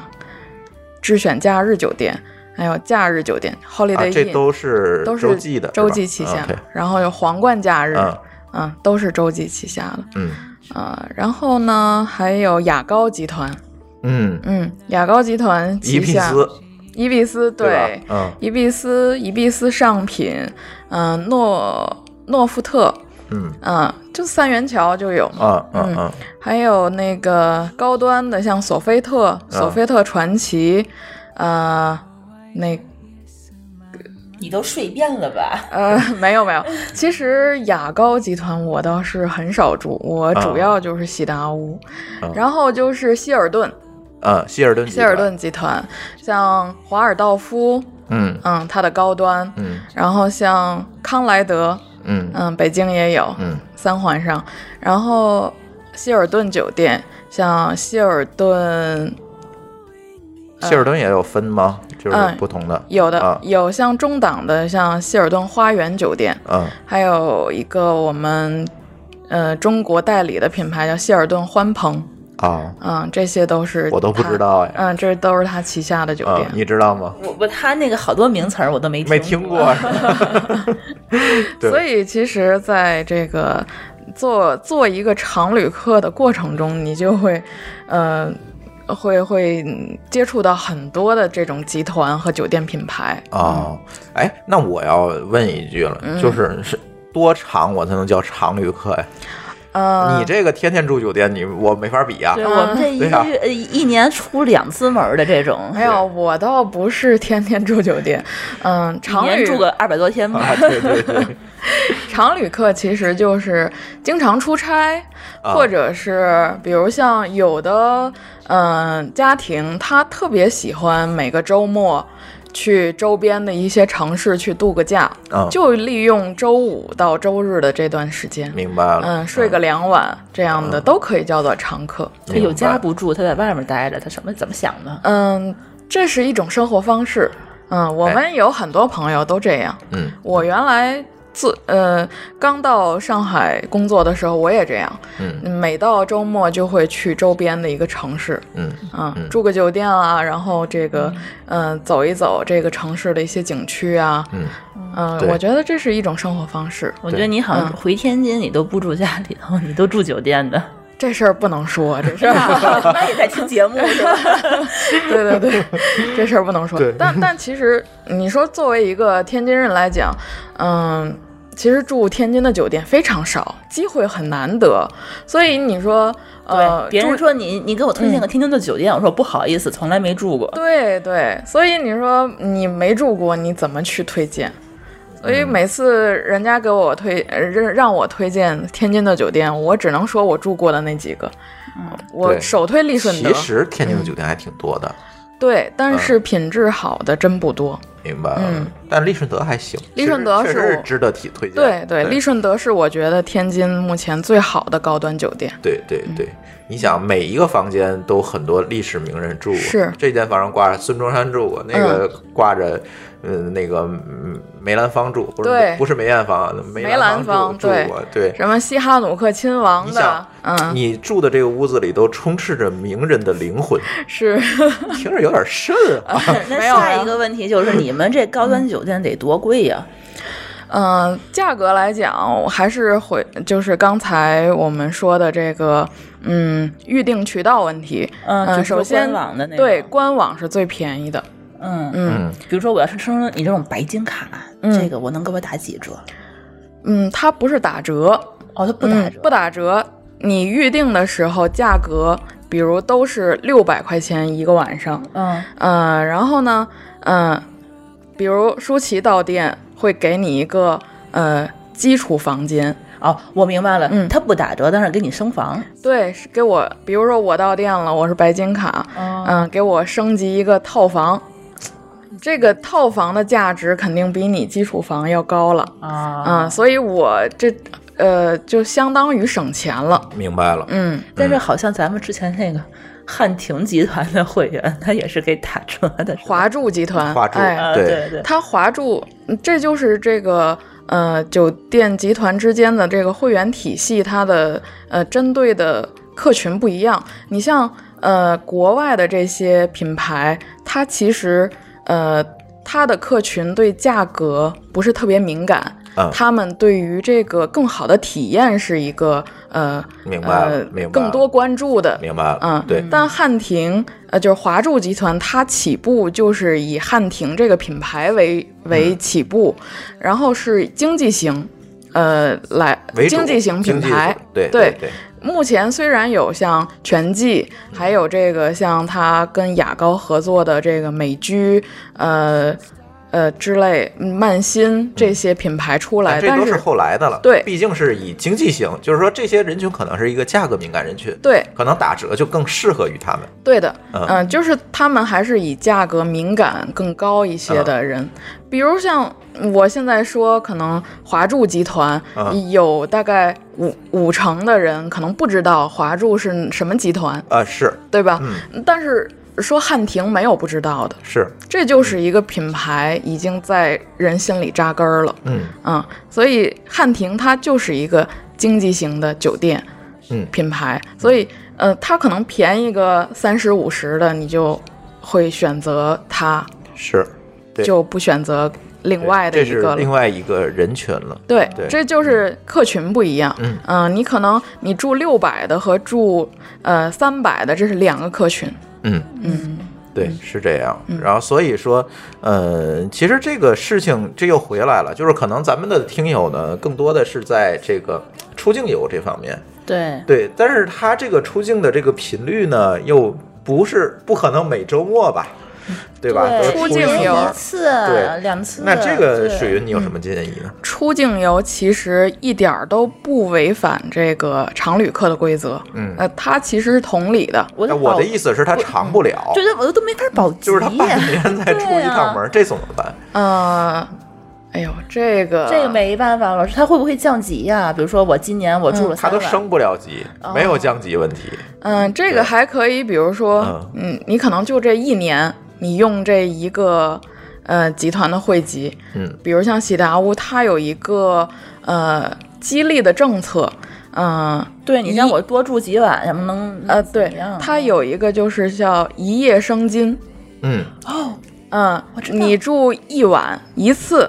Speaker 9: 智选假日酒店，还有假日酒店 Holiday
Speaker 8: 啊，
Speaker 9: Inn，
Speaker 8: 这都是啊
Speaker 9: 都是
Speaker 8: 洲际的，嗯
Speaker 9: 洲际旗下，
Speaker 8: o
Speaker 9: 然后有皇冠假日，
Speaker 8: 嗯
Speaker 9: 嗯，都是洲际旗下的。
Speaker 8: 嗯
Speaker 9: 呃，然后呢，还有雅高集团，
Speaker 8: 嗯，
Speaker 9: 嗯，雅高集团
Speaker 8: 伊
Speaker 9: 旗
Speaker 8: 比
Speaker 9: 下
Speaker 8: 斯
Speaker 9: 伊比斯
Speaker 8: 对
Speaker 9: 对
Speaker 8: 吧？，嗯
Speaker 9: 伊比斯伊比斯上品，嗯、诺诺富特，
Speaker 8: 嗯
Speaker 9: 嗯、就三元桥就有嘛，
Speaker 8: 啊嗯嗯
Speaker 9: 还有那个高端的，像索菲特、
Speaker 8: 嗯
Speaker 9: 索菲特传奇，呃，那
Speaker 3: 嗯你都睡遍了吧？
Speaker 9: <laughs> 呃，没有没有，其实雅高集团我倒是很少住，我主
Speaker 8: 啊
Speaker 9: 要就是喜达屋，
Speaker 8: 啊
Speaker 9: 然后就是希尔顿，
Speaker 8: 嗯，希尔顿集
Speaker 9: 希
Speaker 8: 团，
Speaker 9: 尔顿集团，像华尔道夫，
Speaker 8: 嗯
Speaker 9: 嗯，它的高端，
Speaker 8: 嗯
Speaker 9: 然后像康莱德，
Speaker 8: 嗯
Speaker 9: 嗯，北京也有，
Speaker 8: 嗯
Speaker 9: 三环上，然后希尔顿酒店，像希尔顿
Speaker 8: 希尔顿也有分吗？就是
Speaker 9: 嗯
Speaker 8: 不同的，
Speaker 9: 有的、
Speaker 8: 啊
Speaker 9: 有像中档的，像希尔顿花园酒店，
Speaker 8: 嗯
Speaker 9: 还有一个我们呃中国代理的品牌叫希尔顿欢鹏，
Speaker 8: 啊，
Speaker 9: 嗯，这些都是
Speaker 8: 我都不
Speaker 9: 它
Speaker 8: 知，道哎，
Speaker 9: 嗯，这都是他旗下的酒
Speaker 8: 嗯
Speaker 9: 店，，
Speaker 8: 你知道吗？
Speaker 3: 我我他那个好多名词儿我都没
Speaker 8: 没
Speaker 3: 听
Speaker 8: 听过，对
Speaker 9: 所以其实在这个做做一个常旅客的过程中，你就会呃会会嗯接触到很多的这种集团和酒店品牌，
Speaker 8: <laughs> 哦，哎，那我要问一句了，就是是多长我才能叫常旅客呀？
Speaker 9: 呃，
Speaker 8: 你这个天天住酒店，你我没法比呀、啊
Speaker 10: 啊
Speaker 3: 对我们这一
Speaker 8: <laughs> 对
Speaker 3: 个
Speaker 8: 呀
Speaker 3: 月、呃一年出两次门儿的这种，
Speaker 9: 没有，我倒不是天天住酒店，嗯，
Speaker 3: 一
Speaker 9: 常
Speaker 3: 年
Speaker 9: 旅
Speaker 3: 住个二百多天吧
Speaker 8: 啊。。对对对，
Speaker 9: 常旅客其实就是经常出差，
Speaker 8: 啊
Speaker 9: 或者是比如像有的嗯、呃家庭，他特别喜欢每个周末去周边的一些城市去度个假，
Speaker 8: 嗯，
Speaker 9: 就利用周五到周日的这段时间，
Speaker 8: 明白了。嗯
Speaker 9: 嗯，睡个两晚这样的、都可以叫做常客。
Speaker 8: 明
Speaker 3: 他
Speaker 8: 白
Speaker 3: 有哎家不住，他在外面待着，他什么怎么想的？
Speaker 9: 嗯，这是一种生活方式。嗯，我
Speaker 8: 哎
Speaker 9: 们有很多朋友都这样。
Speaker 8: 嗯
Speaker 9: 我原来自呃刚到上海工作的时候，我也这样，
Speaker 8: 嗯
Speaker 9: 每到周末就会去周边的一个城市，
Speaker 8: 嗯
Speaker 9: 啊、
Speaker 8: 嗯
Speaker 9: 住个酒店啊，然后这个嗯、呃走一走这个城市的一些景区啊，
Speaker 8: 嗯，
Speaker 9: 嗯、
Speaker 8: 对
Speaker 9: 我觉得这是一种生活方式，
Speaker 3: 我觉得你好像
Speaker 9: 嗯
Speaker 3: 回天津，你都不住家里头， <laughs> 你都住酒店的。
Speaker 9: 这事儿不能说，这
Speaker 8: <laughs>
Speaker 9: 事儿。
Speaker 3: 哦那也在听节目是吧？
Speaker 9: <laughs>
Speaker 8: <laughs>
Speaker 9: 对对对，这事儿不能说
Speaker 8: 对。
Speaker 9: 但但其实你说作为一个天津人来讲，嗯，其实住天津的酒店非常少，机会很难得。所以你说，呃，
Speaker 3: <laughs> 对，别人嗯
Speaker 9: 住
Speaker 3: 哦说你你给我推荐个天津的酒店，我说不好意思，从来没住过。
Speaker 9: 对对，所以你说你没住过，你怎么去推荐？所
Speaker 8: 嗯
Speaker 9: 以每次人家给我推，呃让让我推荐天津的酒店，我只能说我住过的那几个，我
Speaker 8: 嗯对
Speaker 9: 首推利顺德
Speaker 8: 其，实天津的酒店还挺多的，
Speaker 9: 对，但
Speaker 8: 嗯
Speaker 9: 是品质好的真不多。
Speaker 8: 明白了。
Speaker 9: 嗯
Speaker 8: 但利顺德还行，
Speaker 9: 利顺德
Speaker 8: 其实
Speaker 9: 是
Speaker 8: 确实是
Speaker 9: 我
Speaker 8: 值得提推荐。
Speaker 9: 对
Speaker 8: 对，
Speaker 9: 对，利顺德是我觉得天津目前最好的高端酒店。
Speaker 8: 对对对，你想每一个房间都很多历史名人住过，
Speaker 9: 是
Speaker 8: 这间房上挂着孙中山住过，那个挂着，嗯，那个嗯梅兰芳住，不是
Speaker 9: 对
Speaker 8: 不是梅艳芳，啊梅
Speaker 9: 梅
Speaker 8: 兰
Speaker 9: 兰
Speaker 8: 芳住
Speaker 9: 芳
Speaker 8: 住
Speaker 9: 对
Speaker 8: 过，对。
Speaker 9: 什么西哈努克亲王
Speaker 8: 你
Speaker 9: 的
Speaker 8: 想，
Speaker 9: 嗯，
Speaker 8: 你住的这个屋子里都充斥着名人的灵魂，
Speaker 9: 是 <laughs>
Speaker 8: 听着有点瘆啊。
Speaker 3: 那 <laughs>
Speaker 9: 没有
Speaker 3: 下
Speaker 9: 呀
Speaker 3: 一个问题就是，你们这高端酒店得多贵呀？
Speaker 9: 嗯，价格来讲，我还是回就是刚才我们说的这个，嗯，预定渠道问题。
Speaker 3: 嗯就是
Speaker 9: 首先
Speaker 3: 官网的那种
Speaker 9: 对官网是最便宜的。
Speaker 3: 嗯，
Speaker 9: 嗯
Speaker 8: 嗯
Speaker 3: 比如说我要是升你这种白金卡，
Speaker 9: 嗯
Speaker 3: 这个我能给我打几折？
Speaker 9: 嗯，它不是打折，
Speaker 3: 哦，它不打
Speaker 9: 嗯
Speaker 3: 折，
Speaker 9: 不打折。你预定的时候价格，比如都是六百块钱一个晚上。
Speaker 3: 嗯，
Speaker 9: 呃，然后呢，呃，比如舒淇到店会给你一个呃基础房间，
Speaker 3: 哦，我明白了，
Speaker 9: 嗯
Speaker 3: 它不打折，但是给你升房。
Speaker 9: 对，是给我，比如说我到店了，我是白金卡，嗯、
Speaker 3: 哦，
Speaker 9: 给我升级一个套房，这个
Speaker 10: 哦
Speaker 9: 套房的价值肯定比你基础房要高了，
Speaker 3: 啊
Speaker 9: 嗯、所以我这呃，就相当于省钱了。
Speaker 8: 明白了，
Speaker 9: 嗯，
Speaker 10: 但是好像咱们之前那个汉庭集团的会员，他也是给打折的，是吧
Speaker 9: 华住集团，
Speaker 8: 华住
Speaker 9: 哎，
Speaker 10: 啊，
Speaker 8: 对
Speaker 10: 对对，
Speaker 9: 它华住，嗯这就是这个呃酒店集团之间的这个会员体系，它的呃针对的客群不一样。你像呃国外的这些品牌，它其实呃它的客群对价格不是特别敏感，
Speaker 8: 嗯
Speaker 9: 他们对于这个更好的体验是一个呃
Speaker 8: 明白了
Speaker 9: 呃
Speaker 8: 明白了
Speaker 9: 更多关注的。
Speaker 8: 明白了，
Speaker 9: 嗯，
Speaker 8: 对，
Speaker 9: 但汉庭，呃，就是华住集团，它起步就是以汉庭这个品牌为
Speaker 8: 嗯
Speaker 9: 为起步，然后是经济型，呃，来
Speaker 8: 为主
Speaker 9: 经济型品牌
Speaker 8: 经济。对
Speaker 9: 对
Speaker 8: 对，
Speaker 9: 目前虽然有像全季，还有这个像它跟雅高合作的这个美居，呃呃之类，嗯曼心这些品牌出
Speaker 8: 但啊哎
Speaker 9: 来，
Speaker 8: 这
Speaker 9: 但
Speaker 8: 都
Speaker 9: 是
Speaker 8: 是后来的了，
Speaker 9: 对
Speaker 8: 毕竟是以经济型，就是说这些人群可能是一个价格敏感人群，
Speaker 9: 对
Speaker 8: 可能打折就更适合于他们，
Speaker 9: 对的，
Speaker 8: 嗯
Speaker 9: 嗯、就是他们还是以价格敏感更高一些的人，比如像我现在说，可能华住集团
Speaker 8: 嗯
Speaker 9: 有大概五五成的人可能不知道华住是什么集团，
Speaker 8: 啊，是
Speaker 9: 对吧？
Speaker 8: 嗯
Speaker 9: 但是说汉庭没有不知道的，
Speaker 8: 是，
Speaker 9: 这
Speaker 8: 嗯
Speaker 9: 就是一个品牌已经在人心里扎根儿了，
Speaker 8: 嗯
Speaker 9: 嗯，所以汉庭它就是一个经济型的酒店，
Speaker 8: 嗯
Speaker 9: 品牌，所以呃，它可能便宜个三十五十的，你就会选择它，
Speaker 8: 是，对
Speaker 9: 就不选择另外的
Speaker 8: 这
Speaker 9: 一
Speaker 8: 是
Speaker 9: 个
Speaker 8: 另
Speaker 9: 了。
Speaker 8: 外一个人群了，
Speaker 9: 对
Speaker 8: 对，
Speaker 9: 这就是客群不一样。
Speaker 8: 嗯
Speaker 9: 呃你可能你住六百的和住呃三百的，这是两个客群。
Speaker 8: 嗯。
Speaker 9: 嗯，
Speaker 8: 对，是这样。然后所以说，呃，其实这个事情这又回来了，就是可能咱们的听友呢，更多的是在这个出境游这方面，
Speaker 10: 对
Speaker 8: 对，但是他这个出境的这个频率呢，又不是不可能每周末吧，对吧？都是
Speaker 9: 出
Speaker 8: 出
Speaker 9: 境
Speaker 8: 去
Speaker 9: 游
Speaker 8: 玩
Speaker 10: 一
Speaker 8: 儿
Speaker 10: 次
Speaker 8: 对
Speaker 10: 两次，
Speaker 8: 那这个
Speaker 10: 对
Speaker 8: 水云你有什么建议呢？
Speaker 9: 出境游其实一点儿都不违反这个常旅客的规则。
Speaker 8: 嗯
Speaker 9: 呃，它其实是同理的。
Speaker 10: 我
Speaker 8: 哎
Speaker 10: 的
Speaker 8: 我
Speaker 10: 保
Speaker 8: 的意思是，他长不了，
Speaker 10: 对对，我都没法保级，
Speaker 8: 就是他半年才出一趟门，这怎么办？
Speaker 9: 呃，哎呦，这个
Speaker 10: 这个没办法，老师，他会不会降级呀、比如说我今年我住了
Speaker 8: 嗯他
Speaker 10: 三
Speaker 8: 都
Speaker 10: 晚，
Speaker 8: 升不了级，没有降级问题。
Speaker 9: 嗯，这个还可以，比如说，嗯，你可能就这一年，你用这一个呃集团的汇集，
Speaker 8: 嗯，
Speaker 9: 比如像喜达屋，它有一个呃激励的政策，嗯、
Speaker 10: 对你让我多住几晚，什么能
Speaker 9: 呃，对
Speaker 10: 怎么样啊，
Speaker 9: 它有一个就是叫一夜生津，
Speaker 8: 嗯，
Speaker 9: 嗯，你住一晚一次。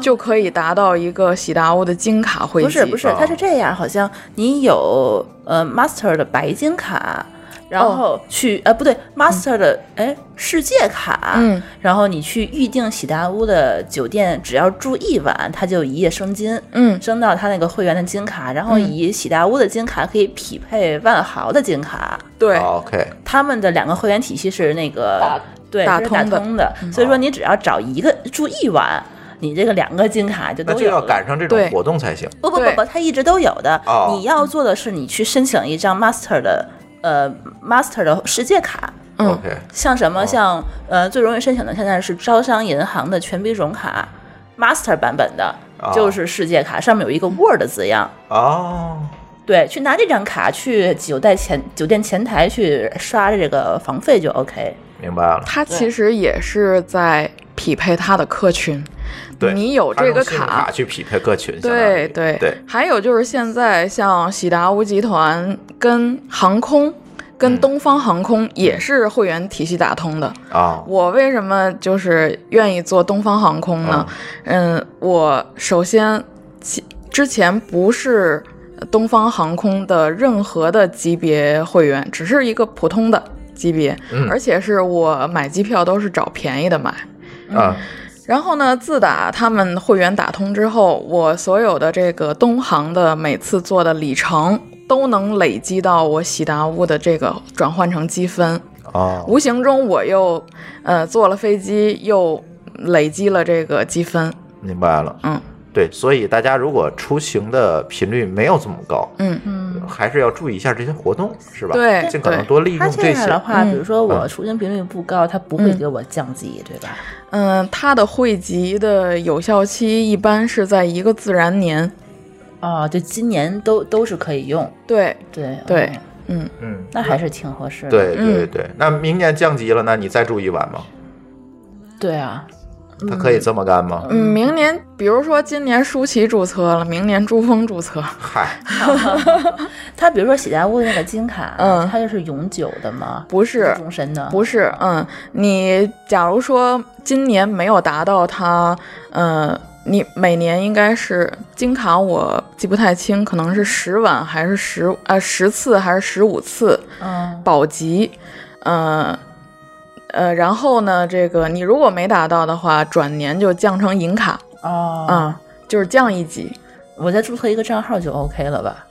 Speaker 9: 就可以达到一个喜达屋的金卡汇集，哦
Speaker 10: 不是不是，它是这样，好像你有呃 Master 的白金卡，然
Speaker 9: 哦
Speaker 10: 后去、呃不对 Master 的哎、世界卡，
Speaker 9: 嗯，
Speaker 10: 然后你去预定喜达屋的酒店，只要住一晚，它就一夜升金，
Speaker 9: 嗯
Speaker 10: 升到它那个会员的金卡，然后
Speaker 9: 嗯
Speaker 10: 以喜达屋的金卡可以匹配万豪的金卡，
Speaker 9: 对，
Speaker 8: OK，
Speaker 10: 他们的两个会员体系是那个对
Speaker 9: 打
Speaker 10: 是
Speaker 9: 通
Speaker 10: 打
Speaker 9: 的嗯
Speaker 10: 通的，所以说你只要找一个住一晚，你这个两个金卡就
Speaker 8: 那
Speaker 10: 都
Speaker 8: 就
Speaker 10: 有
Speaker 8: 要
Speaker 10: 了
Speaker 8: 赶上这种
Speaker 9: 对
Speaker 8: 活动才行。
Speaker 10: 不不不
Speaker 9: 对
Speaker 10: 不，它一直都有的。
Speaker 8: 哦
Speaker 10: 你要做的是，你去申请一张 Master 的呃 Master 的世界卡，
Speaker 9: 嗯
Speaker 8: OK，
Speaker 10: 像什么、像呃最容易申请的现在是招商银行的全币种卡 Master 版本的，
Speaker 8: 哦
Speaker 10: 就是世界卡，上面有一个 Word 字样。
Speaker 8: 哦，
Speaker 10: 对，去拿这张卡去酒店前酒店前台去刷这个房费就 OK。
Speaker 8: 明白了。
Speaker 9: 它其实也是在匹配它的客群。
Speaker 8: 对，
Speaker 9: 你有这
Speaker 8: 他
Speaker 9: 个
Speaker 8: 用信用卡去匹配客群，相当于
Speaker 9: 对对
Speaker 8: 对，
Speaker 9: 还有就是现在像喜达屋集团跟航空。跟
Speaker 8: 嗯
Speaker 9: 东方航空也是会员体系打通的。
Speaker 8: 啊，
Speaker 9: 我为什么就是愿意做东方航空呢？嗯，我首先其之前不是东方航空的任何的级别会员，只是一个普通的级别，
Speaker 8: 嗯
Speaker 9: 而且是我买机票都是找便宜的买。
Speaker 8: 啊，
Speaker 9: 然后呢，自打他们会员打通之后，我所有的这个东航的每次做的里程都能累积到我喜达屋的这个转换成积分，
Speaker 8: 哦，
Speaker 9: 无形中我又呃坐了飞机又累积了这个积分。
Speaker 8: 明白了。
Speaker 9: 嗯
Speaker 8: 对，所以大家如果出行的频率没有这么高，
Speaker 9: 嗯
Speaker 10: 嗯。
Speaker 8: 还是要注意一下这些活动，是吧？
Speaker 9: 对
Speaker 8: 尽可能
Speaker 9: 对
Speaker 8: 多利
Speaker 10: 它
Speaker 8: 用
Speaker 10: 这
Speaker 8: 这
Speaker 10: 样的
Speaker 8: 些。
Speaker 10: 话，
Speaker 9: 嗯
Speaker 10: 比如说我
Speaker 8: 嗯
Speaker 10: 出行频率不高，它不会
Speaker 9: 嗯
Speaker 10: 给我降级，对吧？
Speaker 9: 嗯、它的汇集的有效期一般是在一个自然年。
Speaker 10: 啊，就今年都都是可以用。
Speaker 9: 对
Speaker 10: 对
Speaker 9: 对
Speaker 10: 嗯
Speaker 9: 嗯，
Speaker 8: 嗯，
Speaker 10: 那还是挺合适的。
Speaker 8: 对
Speaker 9: 嗯
Speaker 8: 对对。那明年降级了，那你再住一晚吗？
Speaker 10: 对啊，
Speaker 8: 他可以这么干吗？
Speaker 9: 嗯，明年比如说今年舒淇注册了，明年珠峰注册，
Speaker 8: 嗨，
Speaker 10: 他比如说喜家屋的那个金卡，
Speaker 9: 嗯
Speaker 10: 它就是永久的嘛，
Speaker 9: 不是
Speaker 10: 终身的，
Speaker 9: 不是，嗯，你假如说今年没有达到它，嗯、你每年应该是金卡，我记不太清，可能是十晚还是十呃十次还是十五次
Speaker 10: 嗯
Speaker 9: 保级，嗯呃然后呢，这个你如果没达到的话，转年就降成银卡
Speaker 10: 哦
Speaker 9: 啊、就是降一级。
Speaker 10: 我再注册一个账号就 OK 了吧？
Speaker 9: 哦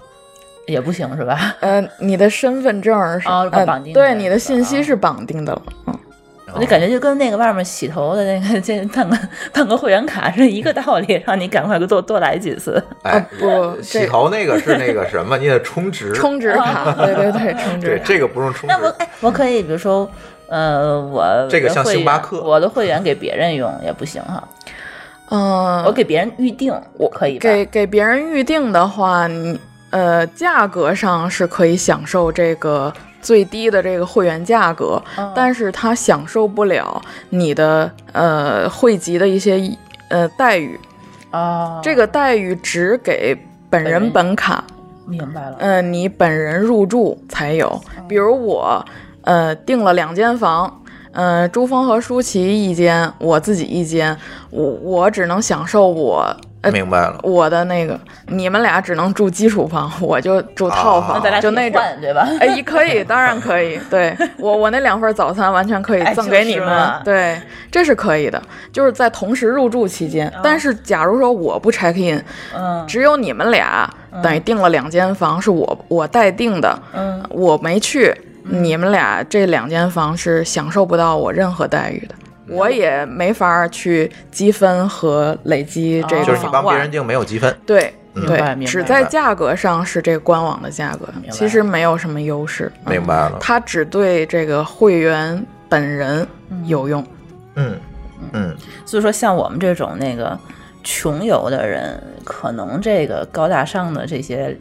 Speaker 10: 也不行是吧？
Speaker 9: 呃，你的身份证儿是、
Speaker 10: 哦
Speaker 9: 呃
Speaker 10: 绑定的
Speaker 9: 对
Speaker 10: 那
Speaker 9: 你
Speaker 10: 个
Speaker 9: 的信息
Speaker 10: 啊
Speaker 9: 是绑定的了。
Speaker 10: 我就感觉就跟那个外面洗头的那个 <laughs> 这办个办个会员卡是一个道理，让你赶快多多来几次。
Speaker 9: 嗯
Speaker 8: 哎，
Speaker 9: 呃不
Speaker 8: 洗
Speaker 9: 这
Speaker 8: 头那个是那个什么，你得充值。
Speaker 9: 充值
Speaker 10: <laughs>
Speaker 9: 卡，对对对，充值
Speaker 8: 对，
Speaker 9: 卡。
Speaker 8: 这个不用充值
Speaker 10: 那。我哎，我可以比如说，呃，我
Speaker 8: 这个
Speaker 10: 的
Speaker 8: 像
Speaker 10: 会
Speaker 8: 星巴
Speaker 10: 员
Speaker 8: 克
Speaker 10: 我的会员给别人用也不行哈，
Speaker 9: 嗯，
Speaker 10: 我给别人预定，我可以吧？
Speaker 9: 给给别人预定的话，你呃，价格上是可以享受这个最低的这个会员价格，
Speaker 10: 嗯
Speaker 9: 但是他享受不了你的呃会籍的一些呃待遇，
Speaker 10: 哦，
Speaker 9: 这个待遇只给本
Speaker 10: 本人
Speaker 9: 人本卡，
Speaker 10: 明白了。
Speaker 9: 嗯、你本人入住才有。
Speaker 10: 嗯
Speaker 9: 比如我呃订了两间房。呃，朱峰和舒淇一间，我自己一间，我我只能享受我呃
Speaker 8: 明白了，
Speaker 9: 我的那个，你们俩只能住基础房， <laughs> 我就住套
Speaker 8: 啊
Speaker 9: 房，
Speaker 8: 那咱俩
Speaker 9: 就
Speaker 10: 可以
Speaker 9: 那种。
Speaker 10: 换对吧？
Speaker 9: 哎，也可以，当然可
Speaker 10: <laughs>
Speaker 9: 以。对我，我那两份早餐完全可以
Speaker 10: 哎
Speaker 9: 赠给你
Speaker 10: 就是
Speaker 9: 们。
Speaker 10: 嘛
Speaker 9: 对，这是可以的，就是在同时入住期间。但是，假如说我不 check in，
Speaker 10: 嗯
Speaker 9: 只有你们俩，等于订了两间房，是我我待定的，
Speaker 10: 嗯，
Speaker 9: 我没去，你们俩这两间房是享受不到我任何待遇的。
Speaker 10: 嗯
Speaker 9: 我也没法儿去积分和累积这
Speaker 10: 哦
Speaker 9: 个
Speaker 8: 就是你
Speaker 9: 房
Speaker 8: 帮别
Speaker 9: 外
Speaker 8: 人，定没有积分。
Speaker 9: 对
Speaker 8: 嗯
Speaker 10: 明白
Speaker 9: 对，
Speaker 10: 明白
Speaker 9: 只在价格上是这官网的价格
Speaker 10: 明白，
Speaker 9: 其实没有什么优势。嗯
Speaker 8: 明白啊了，
Speaker 9: 它只对这个会员本人有用。
Speaker 8: 嗯嗯，
Speaker 10: 所以说像我们这种那个穷游的人，可能这个高大上的这些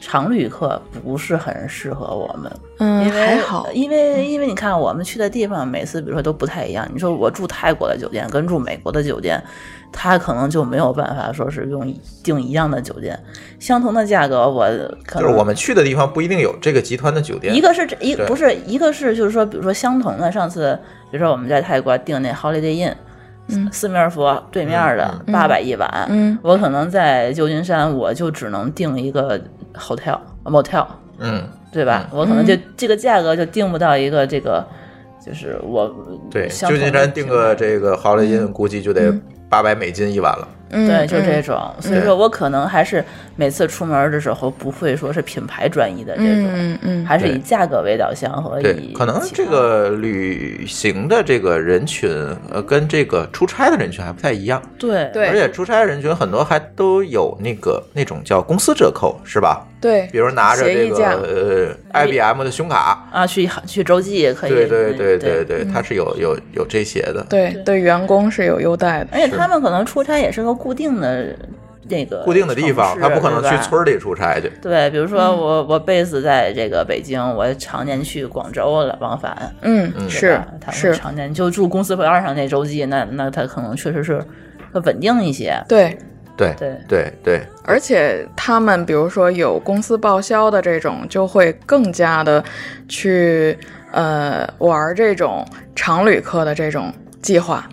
Speaker 10: 常旅客不是很适合我们，
Speaker 9: 嗯，
Speaker 10: 因为
Speaker 9: 还好。
Speaker 10: 因为因为你看我们去的地方，每次比如说都不太一样。你说我住泰国的酒店跟住美国的酒店，他可能就没有办法说是用订一样的酒店，相同的价格，我可
Speaker 8: 就
Speaker 10: 能
Speaker 8: 是我们去的地方不一定有这个集团的酒店。
Speaker 10: 一个是这一
Speaker 8: 对
Speaker 10: 不是一个是就是说，比如说相同的，上次比如说我们在泰国订那 Holiday Inn，
Speaker 9: 嗯
Speaker 10: 四面佛对面的
Speaker 8: 嗯
Speaker 10: 八百一晚，
Speaker 9: 嗯
Speaker 10: 我可能在旧金山我就只能订一个 hotel motel，
Speaker 8: 嗯，
Speaker 10: 对吧？我可能
Speaker 9: 嗯
Speaker 10: 就、这个价格就定不到一个这个，就是我
Speaker 8: 对，
Speaker 10: 相
Speaker 8: 旧
Speaker 10: 同的
Speaker 8: 金山定个
Speaker 10: 品牌。
Speaker 8: 这个豪莱金，估计就得八百美金一晚了。
Speaker 9: 嗯，
Speaker 10: 对，就
Speaker 9: 嗯
Speaker 10: 这种，所以说我可能还是每次出门的时候不会说是品牌专一的这种，
Speaker 9: 嗯嗯
Speaker 10: 还是以
Speaker 8: 对
Speaker 10: 价格为导向和
Speaker 8: 对
Speaker 10: 以，
Speaker 8: 可能
Speaker 10: 其
Speaker 8: 这
Speaker 10: 他
Speaker 8: 个旅行的这个人群，呃，跟这个出差的人群还不太一样。
Speaker 10: 对
Speaker 9: 对
Speaker 8: 而且出差人群很多还都有那个那种叫公司折扣，是吧？
Speaker 9: 对
Speaker 8: 比如拿着
Speaker 9: 协
Speaker 8: 这
Speaker 9: 议价
Speaker 8: 个呃 IBM 的胸卡，
Speaker 10: 啊，去去洲际也可以。嗯
Speaker 8: 对对对
Speaker 10: 对嗯
Speaker 8: 对对，它是有有有这些的。
Speaker 9: 对对，员工是有优待的。
Speaker 10: 而且他们可能出差也是个固定的那个
Speaker 8: 固定的地方，
Speaker 10: 城市
Speaker 8: 他不可能去。村
Speaker 10: 对吧
Speaker 8: 儿里出差去。
Speaker 10: 对，比如
Speaker 9: 嗯
Speaker 10: 说我我 base 在这个北京，我常年去广州了往返，
Speaker 9: 嗯，
Speaker 8: 嗯
Speaker 10: 对
Speaker 9: 是
Speaker 10: 吧他们
Speaker 9: 是，
Speaker 10: 常年就住公司边儿上那洲际，那那他可能确实是更稳定一些。
Speaker 9: 对。
Speaker 8: 对
Speaker 10: 对
Speaker 8: 对对，
Speaker 9: 而且他们比如说有公司报销的这种，就会更加的去呃玩这种常旅客的这种计划。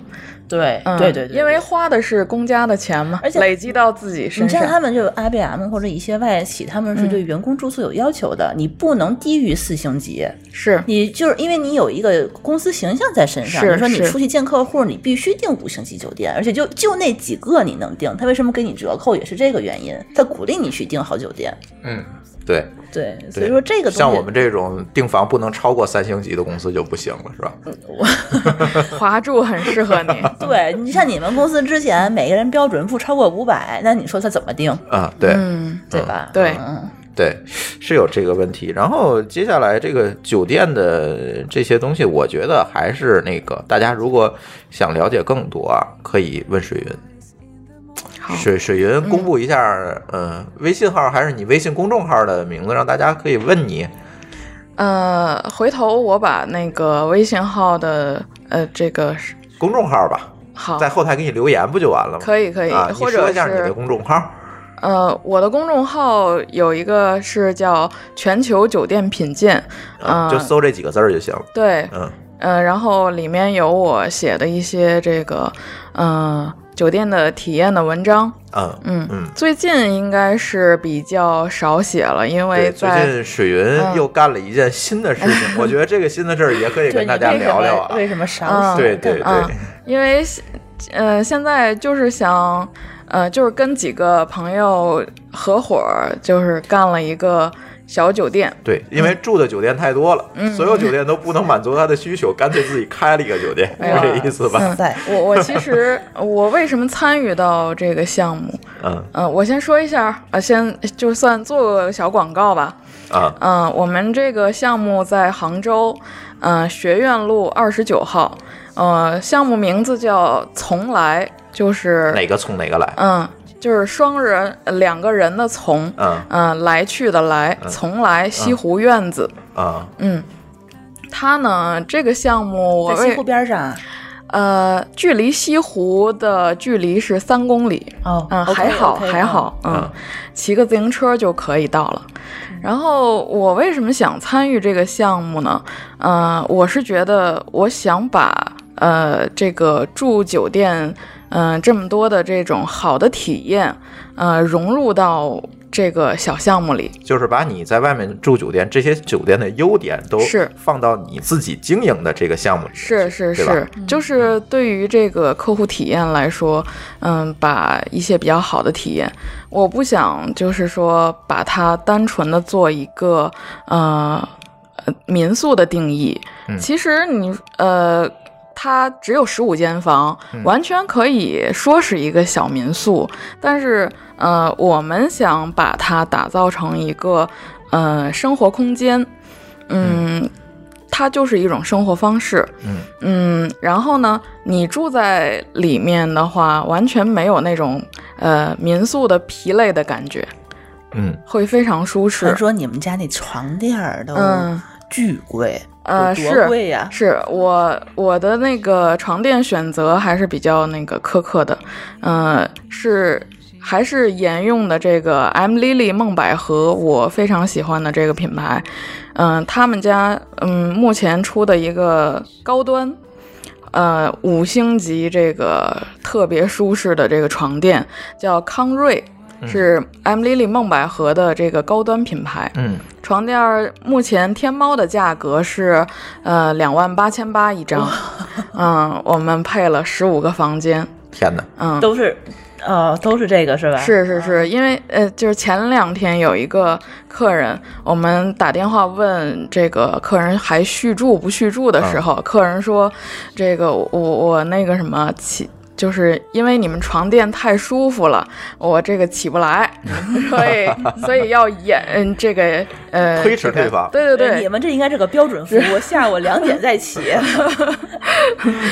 Speaker 10: 对
Speaker 9: 嗯，
Speaker 10: 对对对，
Speaker 9: 因为花的是公家的钱嘛，
Speaker 10: 而且
Speaker 9: 累积到自己
Speaker 10: 你
Speaker 9: 身
Speaker 10: 像他
Speaker 9: 上。嗯
Speaker 10: 们就 IBM 或者一些外企，他们是对员工住宿有要求的，你不能低于四星级。
Speaker 8: <laughs>
Speaker 9: 是
Speaker 10: 你就是因为你有一个公司形象在身上，
Speaker 9: 是
Speaker 10: 你说你
Speaker 9: 是
Speaker 10: 出去见客户，你必须订五星级酒店，而且就就那几个你能订，他为什么给你折扣也是这个原因，他鼓励你去订好酒店。
Speaker 8: 嗯，对。
Speaker 10: 对，所
Speaker 8: 对
Speaker 10: 以说这个东西，
Speaker 8: 像我们这种订房不能超过三星级的公司就不行了，是吧？
Speaker 9: 华住很适合你，
Speaker 10: 对你像你们公司之前每个人标准不超过五百，那你说他怎么定，
Speaker 8: 啊， <laughs> 对
Speaker 9: 嗯，
Speaker 10: 对吧？
Speaker 9: 对
Speaker 10: 嗯，
Speaker 8: 对，是有这个问题。然后接下来这个酒店的这些东西，我觉得还是那个大家如果想了解更多啊，可以问水云。
Speaker 9: 好，嗯
Speaker 8: 水水云公布一下，呃，微信号还是你微信公众号的名字，让大家可以问你。
Speaker 9: 呃，回头我把那个微信号的呃这个是
Speaker 8: 公众号吧，
Speaker 9: 好，
Speaker 8: 在后台给你留言不就完了吗？
Speaker 9: 可以可以，
Speaker 8: 啊，你
Speaker 9: 或
Speaker 8: 说
Speaker 9: 者
Speaker 8: 一下你的
Speaker 9: 是
Speaker 8: 公众号，
Speaker 9: 呃，我的公众号有一个是叫全球酒店品鉴，
Speaker 8: 啊
Speaker 9: 啊
Speaker 8: 就搜这几个字儿就行了。
Speaker 9: 对，
Speaker 8: 嗯，
Speaker 9: 呃，然后里面有我写的一些这个，呃，酒店的体验的文章。
Speaker 8: 嗯
Speaker 9: 嗯，
Speaker 8: 嗯，
Speaker 9: 最近应该是比较少写了，因为
Speaker 8: 对，最
Speaker 9: 在嗯
Speaker 8: 近水云又干了一件新的事情，我觉得这个新的事儿也可以
Speaker 3: 对
Speaker 8: 跟
Speaker 3: 你
Speaker 8: 大家
Speaker 3: 为什
Speaker 8: 聊
Speaker 3: 么
Speaker 8: 聊啊。
Speaker 3: 为什么少
Speaker 9: 嗯
Speaker 3: 写？
Speaker 8: 对对对，
Speaker 9: 嗯因为现呃现在就是想，呃，就是跟几个朋友合伙儿，就是干了一个小酒店。
Speaker 8: 对，因为住的酒店太多了，所有酒店都不能满足他的需求，干脆自己开了一个酒店，
Speaker 10: 嗯
Speaker 9: 哎呀
Speaker 8: 是这意思吧？
Speaker 3: 在
Speaker 9: 我我其
Speaker 8: <laughs>
Speaker 9: 实我为什么参与到这个项目？
Speaker 8: 嗯
Speaker 9: 嗯、我先说一下，呃，先就算做个小广告吧。
Speaker 8: 啊
Speaker 9: 嗯、我们这个项目在杭州，嗯、学院路二十九号，呃，项目名字叫“从来”，就是
Speaker 8: 哪个从哪个来？
Speaker 9: 嗯、就是双人呃两个人的从，
Speaker 8: 嗯
Speaker 9: 嗯、来去的来，从来西湖院子，
Speaker 8: 啊，
Speaker 9: 嗯。它呢，这个项目我
Speaker 3: 在西
Speaker 9: 为
Speaker 3: 湖边上啊。
Speaker 9: 呃，距离西湖的距离是三公里，
Speaker 3: 哦，
Speaker 9: 嗯，
Speaker 3: OK，
Speaker 9: 还好
Speaker 3: OK，
Speaker 9: 还好，嗯
Speaker 8: 嗯，
Speaker 9: 骑个自行车就可以到了。然后我为什么想参与这个项目呢？呃，我是觉得我想把呃这个住酒店，嗯、这么多的这种好的体验，呃，融入到这个小项目里。
Speaker 8: 就是把你在外面住酒店这些酒店的优点都
Speaker 9: 是
Speaker 8: 放到你自己经营的这个项目里。
Speaker 9: 是是
Speaker 8: 对吧
Speaker 9: 是，就是对于这个客户体验来说，嗯，把一些比较好的体验，我不想就是说把它单纯的做一个呃呃民宿的定义。
Speaker 8: 嗯
Speaker 9: 其实你呃，它只有十五间房，
Speaker 8: 嗯
Speaker 9: 完全可以说是一个小民宿，但是呃，我们想把它打造成一个呃生活空间，嗯它就是一种生活方式，
Speaker 8: 嗯
Speaker 9: 嗯然后呢，你住在里面的话，完全没有那种呃民宿的疲累的感觉，
Speaker 8: 嗯，
Speaker 9: 会非常舒适
Speaker 3: 传。说你们家那床垫儿都
Speaker 9: 嗯
Speaker 3: 巨贵，
Speaker 9: 呃，
Speaker 3: 有多
Speaker 9: 是
Speaker 3: 贵呀、
Speaker 9: 是我我的那个床垫选择还是比较那个苛刻的，呃，是还是沿用的这个 M Lily 梦百合，我非常喜欢的这个品牌，嗯、他们家嗯目前出的一个高端。呃，五星级这个特别舒适的这个床垫叫康瑞，是 M Lily 梦百合的这个高端品牌。
Speaker 8: 嗯，
Speaker 9: 床垫儿目前天猫的价格是呃两万八千八一张，嗯，我们配了十五个房间，
Speaker 8: 天哪，
Speaker 9: 嗯，
Speaker 3: 都是哦，都是这个是吧？
Speaker 9: 是是是，因为呃，就是前两天有一个客人，我们打电话问这个客人还续住不续住的时候，
Speaker 8: 嗯
Speaker 9: 客人说，这个我我那个什么起。就是因为你们床垫太舒服了，我这个起不来， <laughs> 所以所以要延嗯这个呃
Speaker 8: 推迟
Speaker 9: 这个
Speaker 8: 退房
Speaker 9: 对对对，
Speaker 3: 哎你们这应该是个标准服务，下午两点再
Speaker 9: <laughs>
Speaker 3: 起。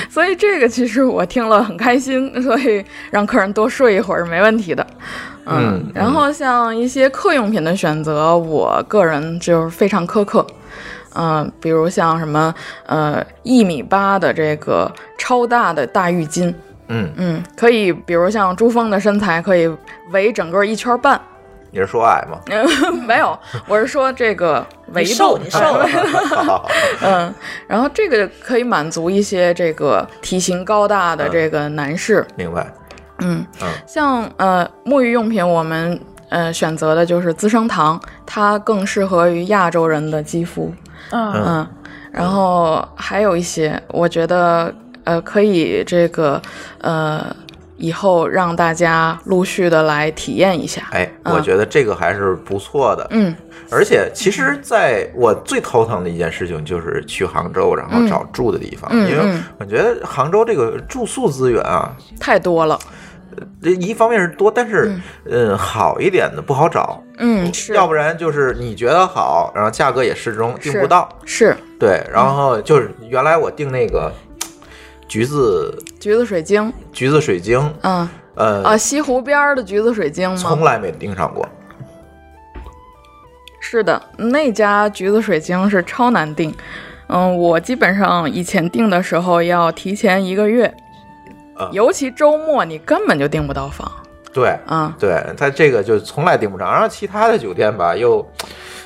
Speaker 9: 所以这个其实我听了很开心， <laughs> 所以让客人多睡一会儿没问题的。
Speaker 8: 嗯嗯
Speaker 9: 然后像一些客用品的选择，我个人就是非常苛刻。嗯、比如像什么呃一米八的这个超大的大浴巾，
Speaker 8: 嗯，
Speaker 9: 嗯，可以，比如像珠峰的身材可以围整个一圈半， <laughs>
Speaker 8: 你是说矮吗？
Speaker 9: 没有，我是说这个维
Speaker 3: 你
Speaker 9: 度，
Speaker 3: 瘦，你瘦，
Speaker 8: <laughs> 好好好，
Speaker 9: 嗯，然后这个可以满足一些这个体型高大
Speaker 8: 嗯
Speaker 9: 的这个男士，
Speaker 8: 明白。
Speaker 9: 嗯
Speaker 8: 嗯，
Speaker 9: 像呃沐浴用品，我们呃选择的就是资生堂，它更适合于亚洲人的肌肤。
Speaker 3: 嗯，
Speaker 9: 嗯，然后还有一些，我觉得呃可以这个呃以后让大家陆续的来体验一下。
Speaker 8: 哎，
Speaker 9: 嗯
Speaker 8: 我觉得这个还是不错的。
Speaker 9: 嗯
Speaker 8: 而且，其实在我最头疼的一件事情就是去杭州，然后找住的地方，
Speaker 9: 嗯嗯
Speaker 8: 因为我觉得杭州这个住宿资源啊，
Speaker 9: 太多了。
Speaker 8: 这一方面是多，但是嗯好一点的不好找，
Speaker 9: 嗯，是
Speaker 8: 要不然就是你觉得好，然后价格也适中，订
Speaker 9: 是
Speaker 8: 不到。
Speaker 9: 是
Speaker 8: 对，然后就是原来我订那个橘子
Speaker 9: 橘子水晶，
Speaker 8: 橘子水晶，
Speaker 9: 嗯
Speaker 8: 呃
Speaker 9: 啊，，西湖边儿的橘子水晶吗
Speaker 8: 从？来没盯上过。
Speaker 9: 是的，那家橘子水晶是超难订。嗯，我基本上以前订的时候要提前一个月
Speaker 8: 啊，
Speaker 9: 尤其周末你根本就订不到房
Speaker 8: 对，
Speaker 9: 啊。
Speaker 8: 对他这个就从来订不上，然后其他的酒店吧又。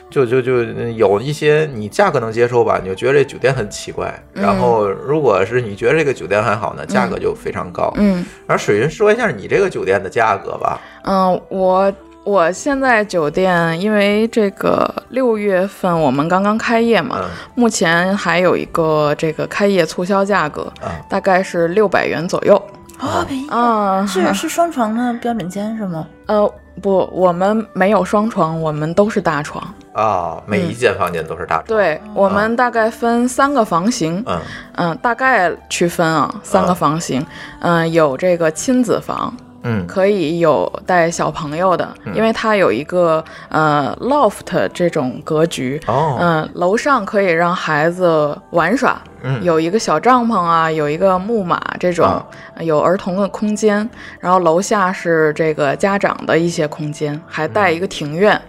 Speaker 8: 就就就有一些你价格能接受吧，你就觉得这酒店很奇怪。
Speaker 9: 嗯
Speaker 8: 然后如果是你觉得这个酒店还好呢，价格就非常高。
Speaker 9: 嗯
Speaker 8: 然后水云说一下你这个酒店的价格吧。
Speaker 9: 嗯，我我现在酒店因为这个六月份我们刚刚开业嘛，
Speaker 8: 嗯
Speaker 9: 目前还有一个这个开业促销价格，
Speaker 8: 啊
Speaker 9: 大概是六百元左右
Speaker 3: 啊，便宜
Speaker 9: 啊。
Speaker 3: 是是双床的标准间是吗？
Speaker 9: 呃，不，我们没有双床，我们都是大床。
Speaker 8: 啊，每一间房间都是大床。，
Speaker 9: 嗯对，我们大概分三个房型，
Speaker 8: 啊嗯
Speaker 9: 嗯、大概区分啊，三个房型，嗯、有这个亲子房，
Speaker 8: 嗯
Speaker 9: 可以有带小朋友的，因为它有一个呃 loft 这种格局，
Speaker 8: 哦
Speaker 9: 嗯，楼上可以让孩子玩耍，
Speaker 8: 嗯
Speaker 9: 有一个小帐篷啊，有一个木马这种、
Speaker 8: 啊
Speaker 9: 有儿童的空间，然后楼下是这个家长的一些空间，还带
Speaker 8: 嗯
Speaker 9: 一个庭院。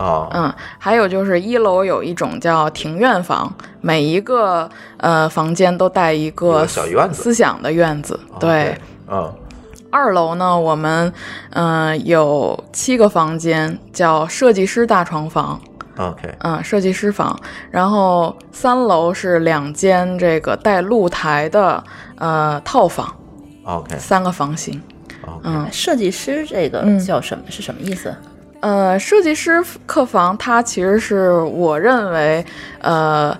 Speaker 8: 哦
Speaker 9: 嗯，还有就是一楼有一种叫庭院房，每一个呃房间都带一
Speaker 8: 一
Speaker 9: 个
Speaker 8: 个小院子
Speaker 9: 思想的院子。
Speaker 8: 哦
Speaker 9: 对，
Speaker 8: 嗯
Speaker 9: 二楼呢，我们嗯、呃有七个房间，叫设计师大床房。
Speaker 8: ，OK，
Speaker 9: 嗯，设计师房，然后三楼是两间这个带露台的呃套房，
Speaker 8: OK，
Speaker 9: 三个房型。
Speaker 8: OK，
Speaker 9: 嗯，
Speaker 3: 设计师这个
Speaker 9: 嗯
Speaker 3: 叫什么？是什么意思？
Speaker 9: 呃，设计师客房它其实是我认为呃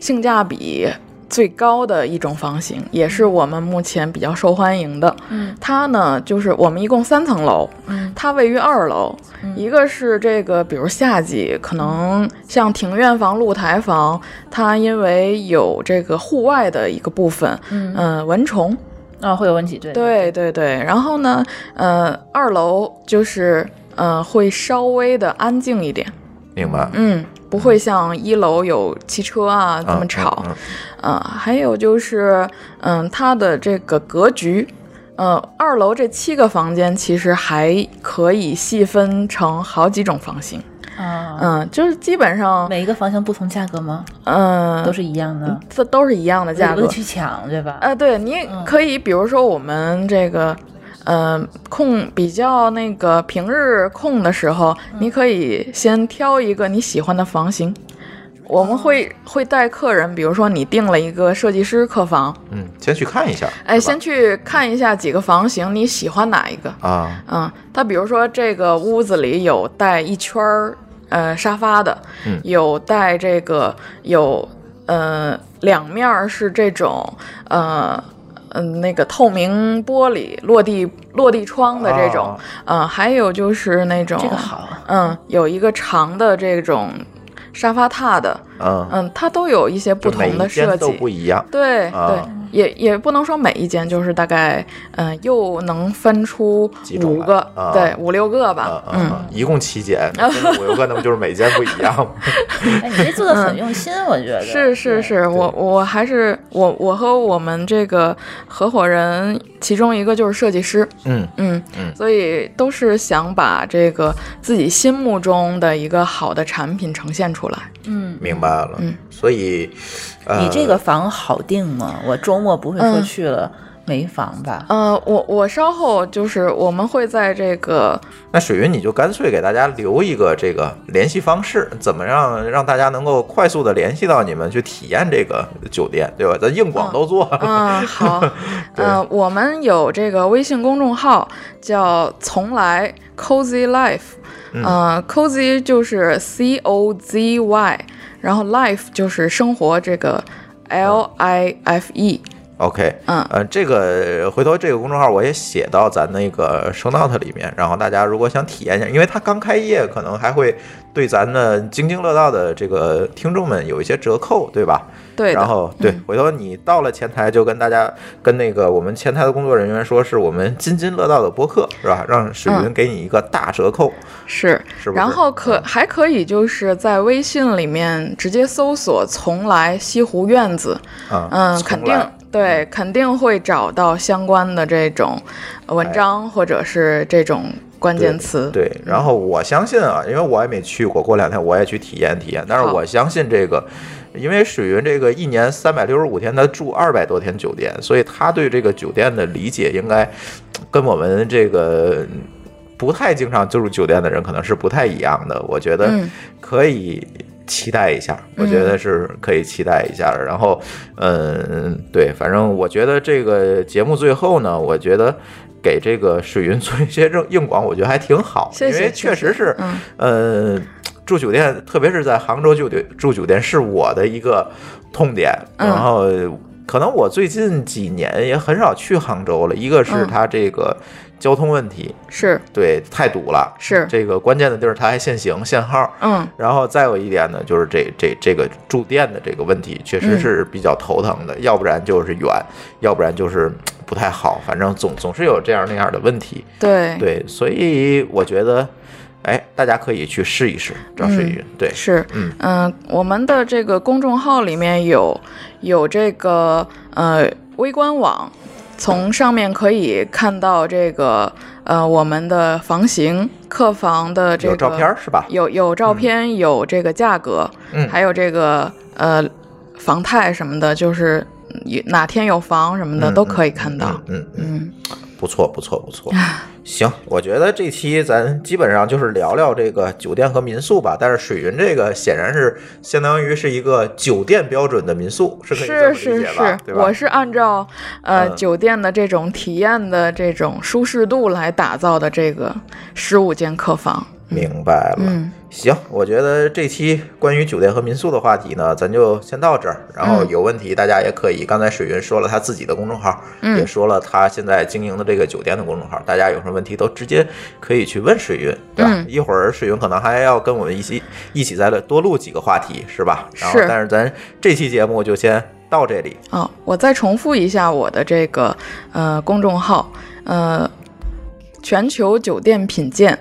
Speaker 9: 性价比最高的一种房型，也是我们目前比较受欢迎的。
Speaker 3: 嗯，
Speaker 9: 它呢就是我们一共三层楼，
Speaker 3: 嗯
Speaker 9: 它位于二楼，一个是这个，比如夏季可能像庭院房、露台房，它因为有这个户外的一个部分，
Speaker 3: 嗯
Speaker 9: 呃，蚊虫，
Speaker 3: 啊，会有问题，对
Speaker 9: 对对对。然后呢，呃，二楼就是呃会稍微的安静一点，
Speaker 8: 明白。
Speaker 9: 嗯，不会像一楼有汽车啊那么
Speaker 8: 嗯
Speaker 9: 吵，
Speaker 8: 嗯
Speaker 9: 呃，还有就是，嗯、它的这个格局，呃，二楼这七个房间其实还可以细分成好几种房型，
Speaker 3: 啊，
Speaker 9: 嗯、就是基本上，
Speaker 3: 每一个房型不同价格吗？
Speaker 9: 嗯、
Speaker 3: 都是一样的，
Speaker 9: 这都是一样的价
Speaker 3: 有
Speaker 9: 格
Speaker 3: 的，去抢，对吧？
Speaker 9: 呃，对，
Speaker 8: 嗯
Speaker 9: 你也可以，比如说我们这个。呃，空比较那个平日空的时候，
Speaker 8: 嗯
Speaker 9: 你可以先挑一个你喜欢的房型。我
Speaker 8: 哦
Speaker 9: 们会会带客人，比如说你订了一个设计师客房，
Speaker 8: 嗯，先去看一下。
Speaker 9: 哎，
Speaker 8: 是吧
Speaker 9: 先去看一下几个房型，你喜欢哪一个？
Speaker 8: 啊，
Speaker 9: 嗯，它比如说这个屋子里有带一圈儿呃沙发的，
Speaker 8: 嗯
Speaker 9: 有带这个有呃两面儿是这种呃。嗯，那个透明玻璃落地落地窗的这种
Speaker 8: 哦，
Speaker 9: 嗯、还有就是那种，
Speaker 3: 这个好，啊
Speaker 9: 嗯，有一个长的这种沙发榻的，
Speaker 8: 嗯，
Speaker 9: 嗯，它都有一些不
Speaker 8: 就每
Speaker 9: 同
Speaker 8: 一
Speaker 9: 的设
Speaker 8: 间
Speaker 9: 计，
Speaker 8: 都不一样。
Speaker 9: 对、
Speaker 8: 啊
Speaker 9: 对，也也不能说每一间，就是大概，嗯、又能分出
Speaker 8: 几种
Speaker 9: 五个，
Speaker 8: 来啊
Speaker 9: 对，五六个吧
Speaker 8: 啊，啊
Speaker 9: 嗯，
Speaker 8: 啊！一共七间，那真的我有可能就是每间不一样。
Speaker 3: 哎，你这做的很用心，我觉得
Speaker 9: 嗯是是，是，我我还是我我和我们这个合伙人，其中一个就是设计师，
Speaker 8: 嗯
Speaker 9: 嗯
Speaker 8: 嗯
Speaker 9: 所以都是想把这个自己心目中的一个好的产品呈现出来。
Speaker 3: 嗯。
Speaker 8: 明白了。
Speaker 9: 嗯
Speaker 8: 所以，呃，
Speaker 3: 你这个房好定吗？我周末不会说去了没房吧？
Speaker 9: 呃，我我稍后就是我们会在这个
Speaker 8: 那水云你就干脆给大家留一个这个联系方式，怎么让让大家能够快速的联系到你们去体验这个酒店，对吧？咱硬广都做 <laughs> 了。
Speaker 9: 嗯，好，嗯，我们有这个微信公众号叫“从来 cozy life”，
Speaker 8: 嗯
Speaker 9: 呃，cozy 就是 C O Z Y，然后 life 就是生活这个 L I F E，
Speaker 8: OK，
Speaker 9: 嗯
Speaker 8: 呃，这个回头这个公众号我也写到咱那个 show note 里面，然后大家如果想体验一下，因为它刚开业，可能还会对咱们津津乐道的这个听众们有一些折扣，对吧？
Speaker 9: 对
Speaker 8: 然
Speaker 9: 的，嗯
Speaker 8: 后对，回头你到了前台就跟大家跟那个我们前台的工作人员说，是我们津津乐道的播客，是吧？让水云
Speaker 9: 嗯
Speaker 8: 给你一个大折扣，
Speaker 9: 是。
Speaker 8: 是不是？嗯
Speaker 9: 然后可还可以就是在微信里面直接搜索“从来西湖院子”，
Speaker 8: 啊，
Speaker 9: 嗯，
Speaker 8: 从
Speaker 9: 肯
Speaker 8: 来
Speaker 9: 定对，肯定会找到相关的这种呃文章或者是这种关键词。
Speaker 8: 哎对，然后我相信啊，因为我也没去过，过两天我也去体验体验。但是
Speaker 9: 好
Speaker 8: 我相信这个，因为水云这个一年三百六十五天，他住二百多天酒店，所以他对这个酒店的理解应该跟我们这个不太经常就住酒店的人可能是不太一样的。我觉得
Speaker 9: 嗯
Speaker 8: 可以。期待一下，我觉得是可以期待一下的。然后，嗯，对，反正我觉得这个节目最后呢，我觉得给这个水云做一些硬硬广，我觉得还挺好，
Speaker 9: 谢谢
Speaker 8: 因为确实是，
Speaker 9: 嗯
Speaker 8: 呃，住酒店，特别是在杭州酒店住酒店是我的一个痛点，
Speaker 9: 嗯
Speaker 8: 然后。可能我最近几年也很少去杭州了，一个是
Speaker 9: 嗯
Speaker 8: 它这个交通问题，
Speaker 9: 是
Speaker 8: 对，太堵了，
Speaker 9: 是
Speaker 8: 这个关键的地儿它还限行限号，
Speaker 9: 嗯
Speaker 8: 然后再有一点呢，就是这这这个住店的这个问题，确
Speaker 9: 嗯
Speaker 8: 实是比较头疼的，要不然就是远，要不然就是嗯不太好，反正总总是有这样那样的问题。
Speaker 9: 对
Speaker 8: 对，所以我觉得，哎，大家可以去试一试，找试一试。对，
Speaker 9: 是，
Speaker 8: 嗯
Speaker 9: 我们的这个公众号里面有有这个呃微官网，从上面可以看到这个呃我们的房型、客房的这个
Speaker 8: 有照片儿是吧？
Speaker 9: 有有照片，有这个价格，
Speaker 8: 嗯
Speaker 9: 还有这个呃房态什么的，就是嗯有哪天有房什么的、
Speaker 8: 嗯
Speaker 9: 都可以看到。
Speaker 8: 嗯嗯嗯，
Speaker 9: 嗯，
Speaker 8: 不错不错不错。 <laughs> 行，我觉得这期咱基本上就是聊聊这个酒店和民宿吧。但是水云这个显然是相当于是一个酒店标准的民宿，是可以这么
Speaker 9: 是
Speaker 8: 理
Speaker 9: 是
Speaker 8: 解吧？
Speaker 9: 是，
Speaker 8: 对吧？
Speaker 9: 我是按照呃、
Speaker 8: 嗯
Speaker 9: 酒店的这种体验的这种舒适度来打造的这个十五间客房。
Speaker 8: 明白了。
Speaker 9: 嗯
Speaker 8: 行，我觉得这期关于酒店和民宿的话题呢，咱就先到这儿。然后
Speaker 9: 嗯
Speaker 8: 有问题大家也可以，刚才水云说了他自己的公众号，
Speaker 9: 嗯
Speaker 8: 也说了他现在经营的这个酒店的公众号，大家有什么问题都直接可以去问水云，对吧？
Speaker 9: 嗯
Speaker 8: 一会儿水云可能还要跟我们一起一起再多录几个话题，是吧？然后
Speaker 9: 是
Speaker 8: 但是咱这期节目就先到这里。
Speaker 9: 哦，我再重复一下我的这个呃公众号，呃，全球酒店品鉴。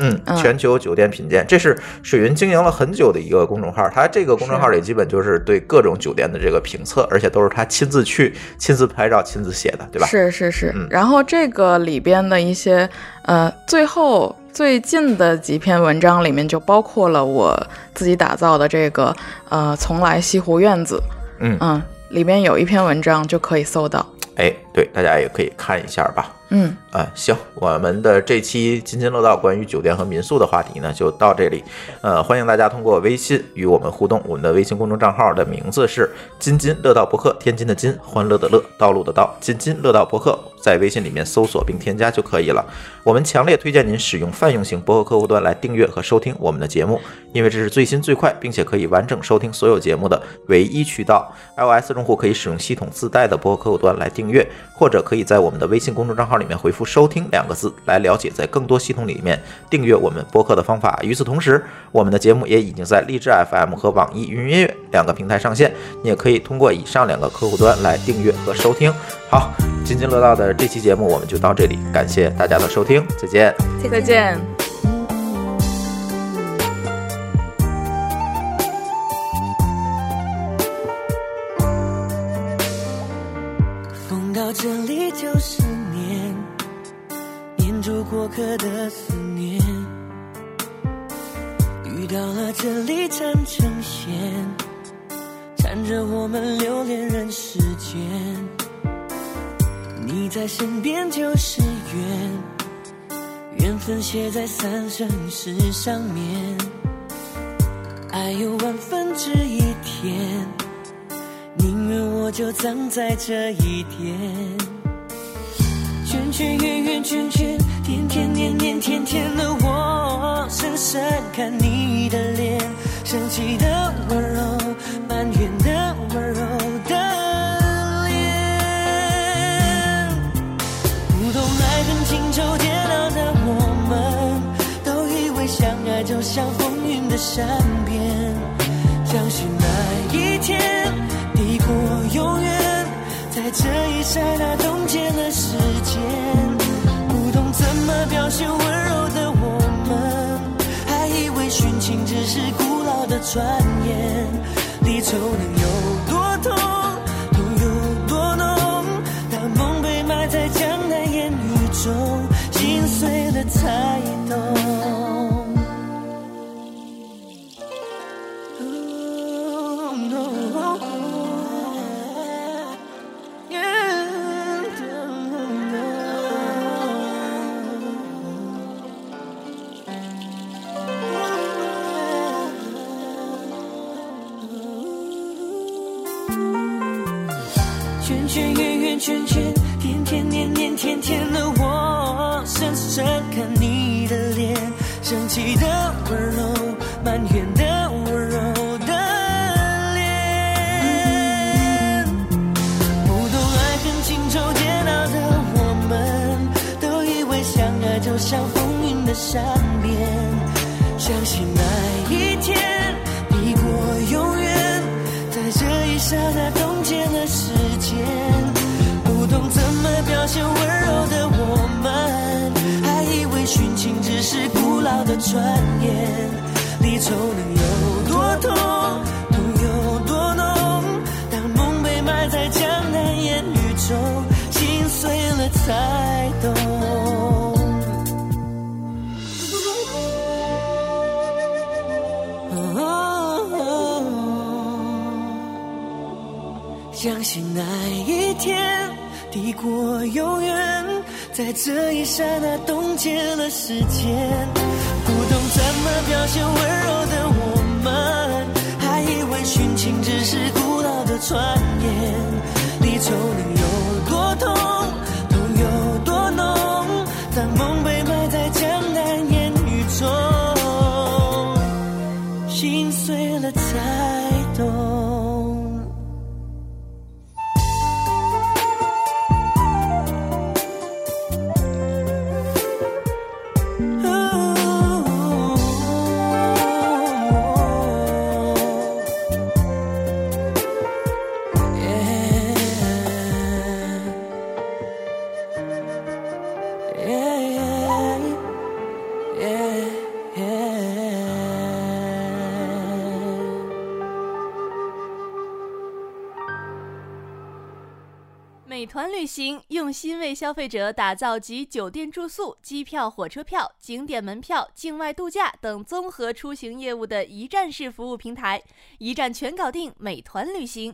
Speaker 8: 嗯，
Speaker 9: 嗯
Speaker 8: 全球酒店品鉴，这是水云经营了很久的一个公众号。他这个公众号里基本就是对各种酒店的这个评测，而且都是他亲自去、亲自拍照、亲自写的，对吧？
Speaker 9: 是是是，
Speaker 8: 嗯
Speaker 9: 然后这个里边的一些呃，最后最近的几篇文章里面就包括了我自己打造的这个呃，从来西湖院子，
Speaker 8: 嗯，
Speaker 9: 嗯，里面有一篇文章就可以搜到，
Speaker 8: 哎，对，大家也可以看一下吧。
Speaker 9: 嗯，
Speaker 8: 啊、行，我们的这期津津乐道关于酒店和民宿的话题呢，就到这里。呃，欢迎大家通过微信与我们互动，我们的微信公众账号的名字是“津津乐道博客”，天津的津，欢乐的乐，道路的道，津津乐道博客，在微信里面搜索并添加就可以了。我们强烈推荐您使用泛用型博客客户端来订阅和收听我们的节目，因为这是最新最快，并且可以完整收听所有节目的唯一渠道。iOS 用户可以使用系统自带的博客客户端来订阅，或者可以在我们的微信公众账号里面回复“收听”两个字来了解在更多系统里面订阅我们播客的方法。与此同时，我们的节目也已经在荔枝 FM 和网易云音乐两个平台上线，你也可以通过以上两个客户端来订阅和收听。好，津津乐道的这期节目我们就到这里，感谢大家的收听，再见。
Speaker 9: 再见
Speaker 10: 风到这里就是念，念住过客的思念。雨到了这里缠成线，缠着我们留恋人世间。你在身边就是缘，缘分写在三生石上面。爱有万分之一甜。宁愿我就葬在这一天。圈圈圆圆圈圈，天天年年天天的我，深深看你的脸，生气的温柔，埋怨的温柔的脸。不懂爱恨情仇煎熬的我们，都以为相爱就像风云的善变，相信那一天抵过永远，在这一刹那冻结了时间。不懂怎么表现温柔的我们，还以为殉情只是古老的传言，离愁能有多痛，痛有多浓。圈圈圆圆圈圈，天天年年天天的我，深深看你的脸，生气的温柔，埋怨的温柔的脸。不懂爱恨情仇煎熬的我们，都以为相爱就像风云的善变，相信那一天抵过永远，在这一刹那冻结了时间。不懂怎么表现温柔的我们，还以为殉情只是古老的传言，离愁能有多痛，痛有多浓？当梦被埋在江南烟雨中，心碎了才懂。相信那一天抵过永远，在这一刹那冻结了时间。不懂怎么表现温柔的我们，还以为殉情只是古老的传言。离愁能有多痛，痛有多浓？当梦被埋在江南烟雨中，心碎了才懂。
Speaker 1: 美团旅行用心为消费者打造集酒店住宿、机票、火车票、景点门票、境外度假等综合出行业务的一站式服务平台，一站全搞定。美团旅行。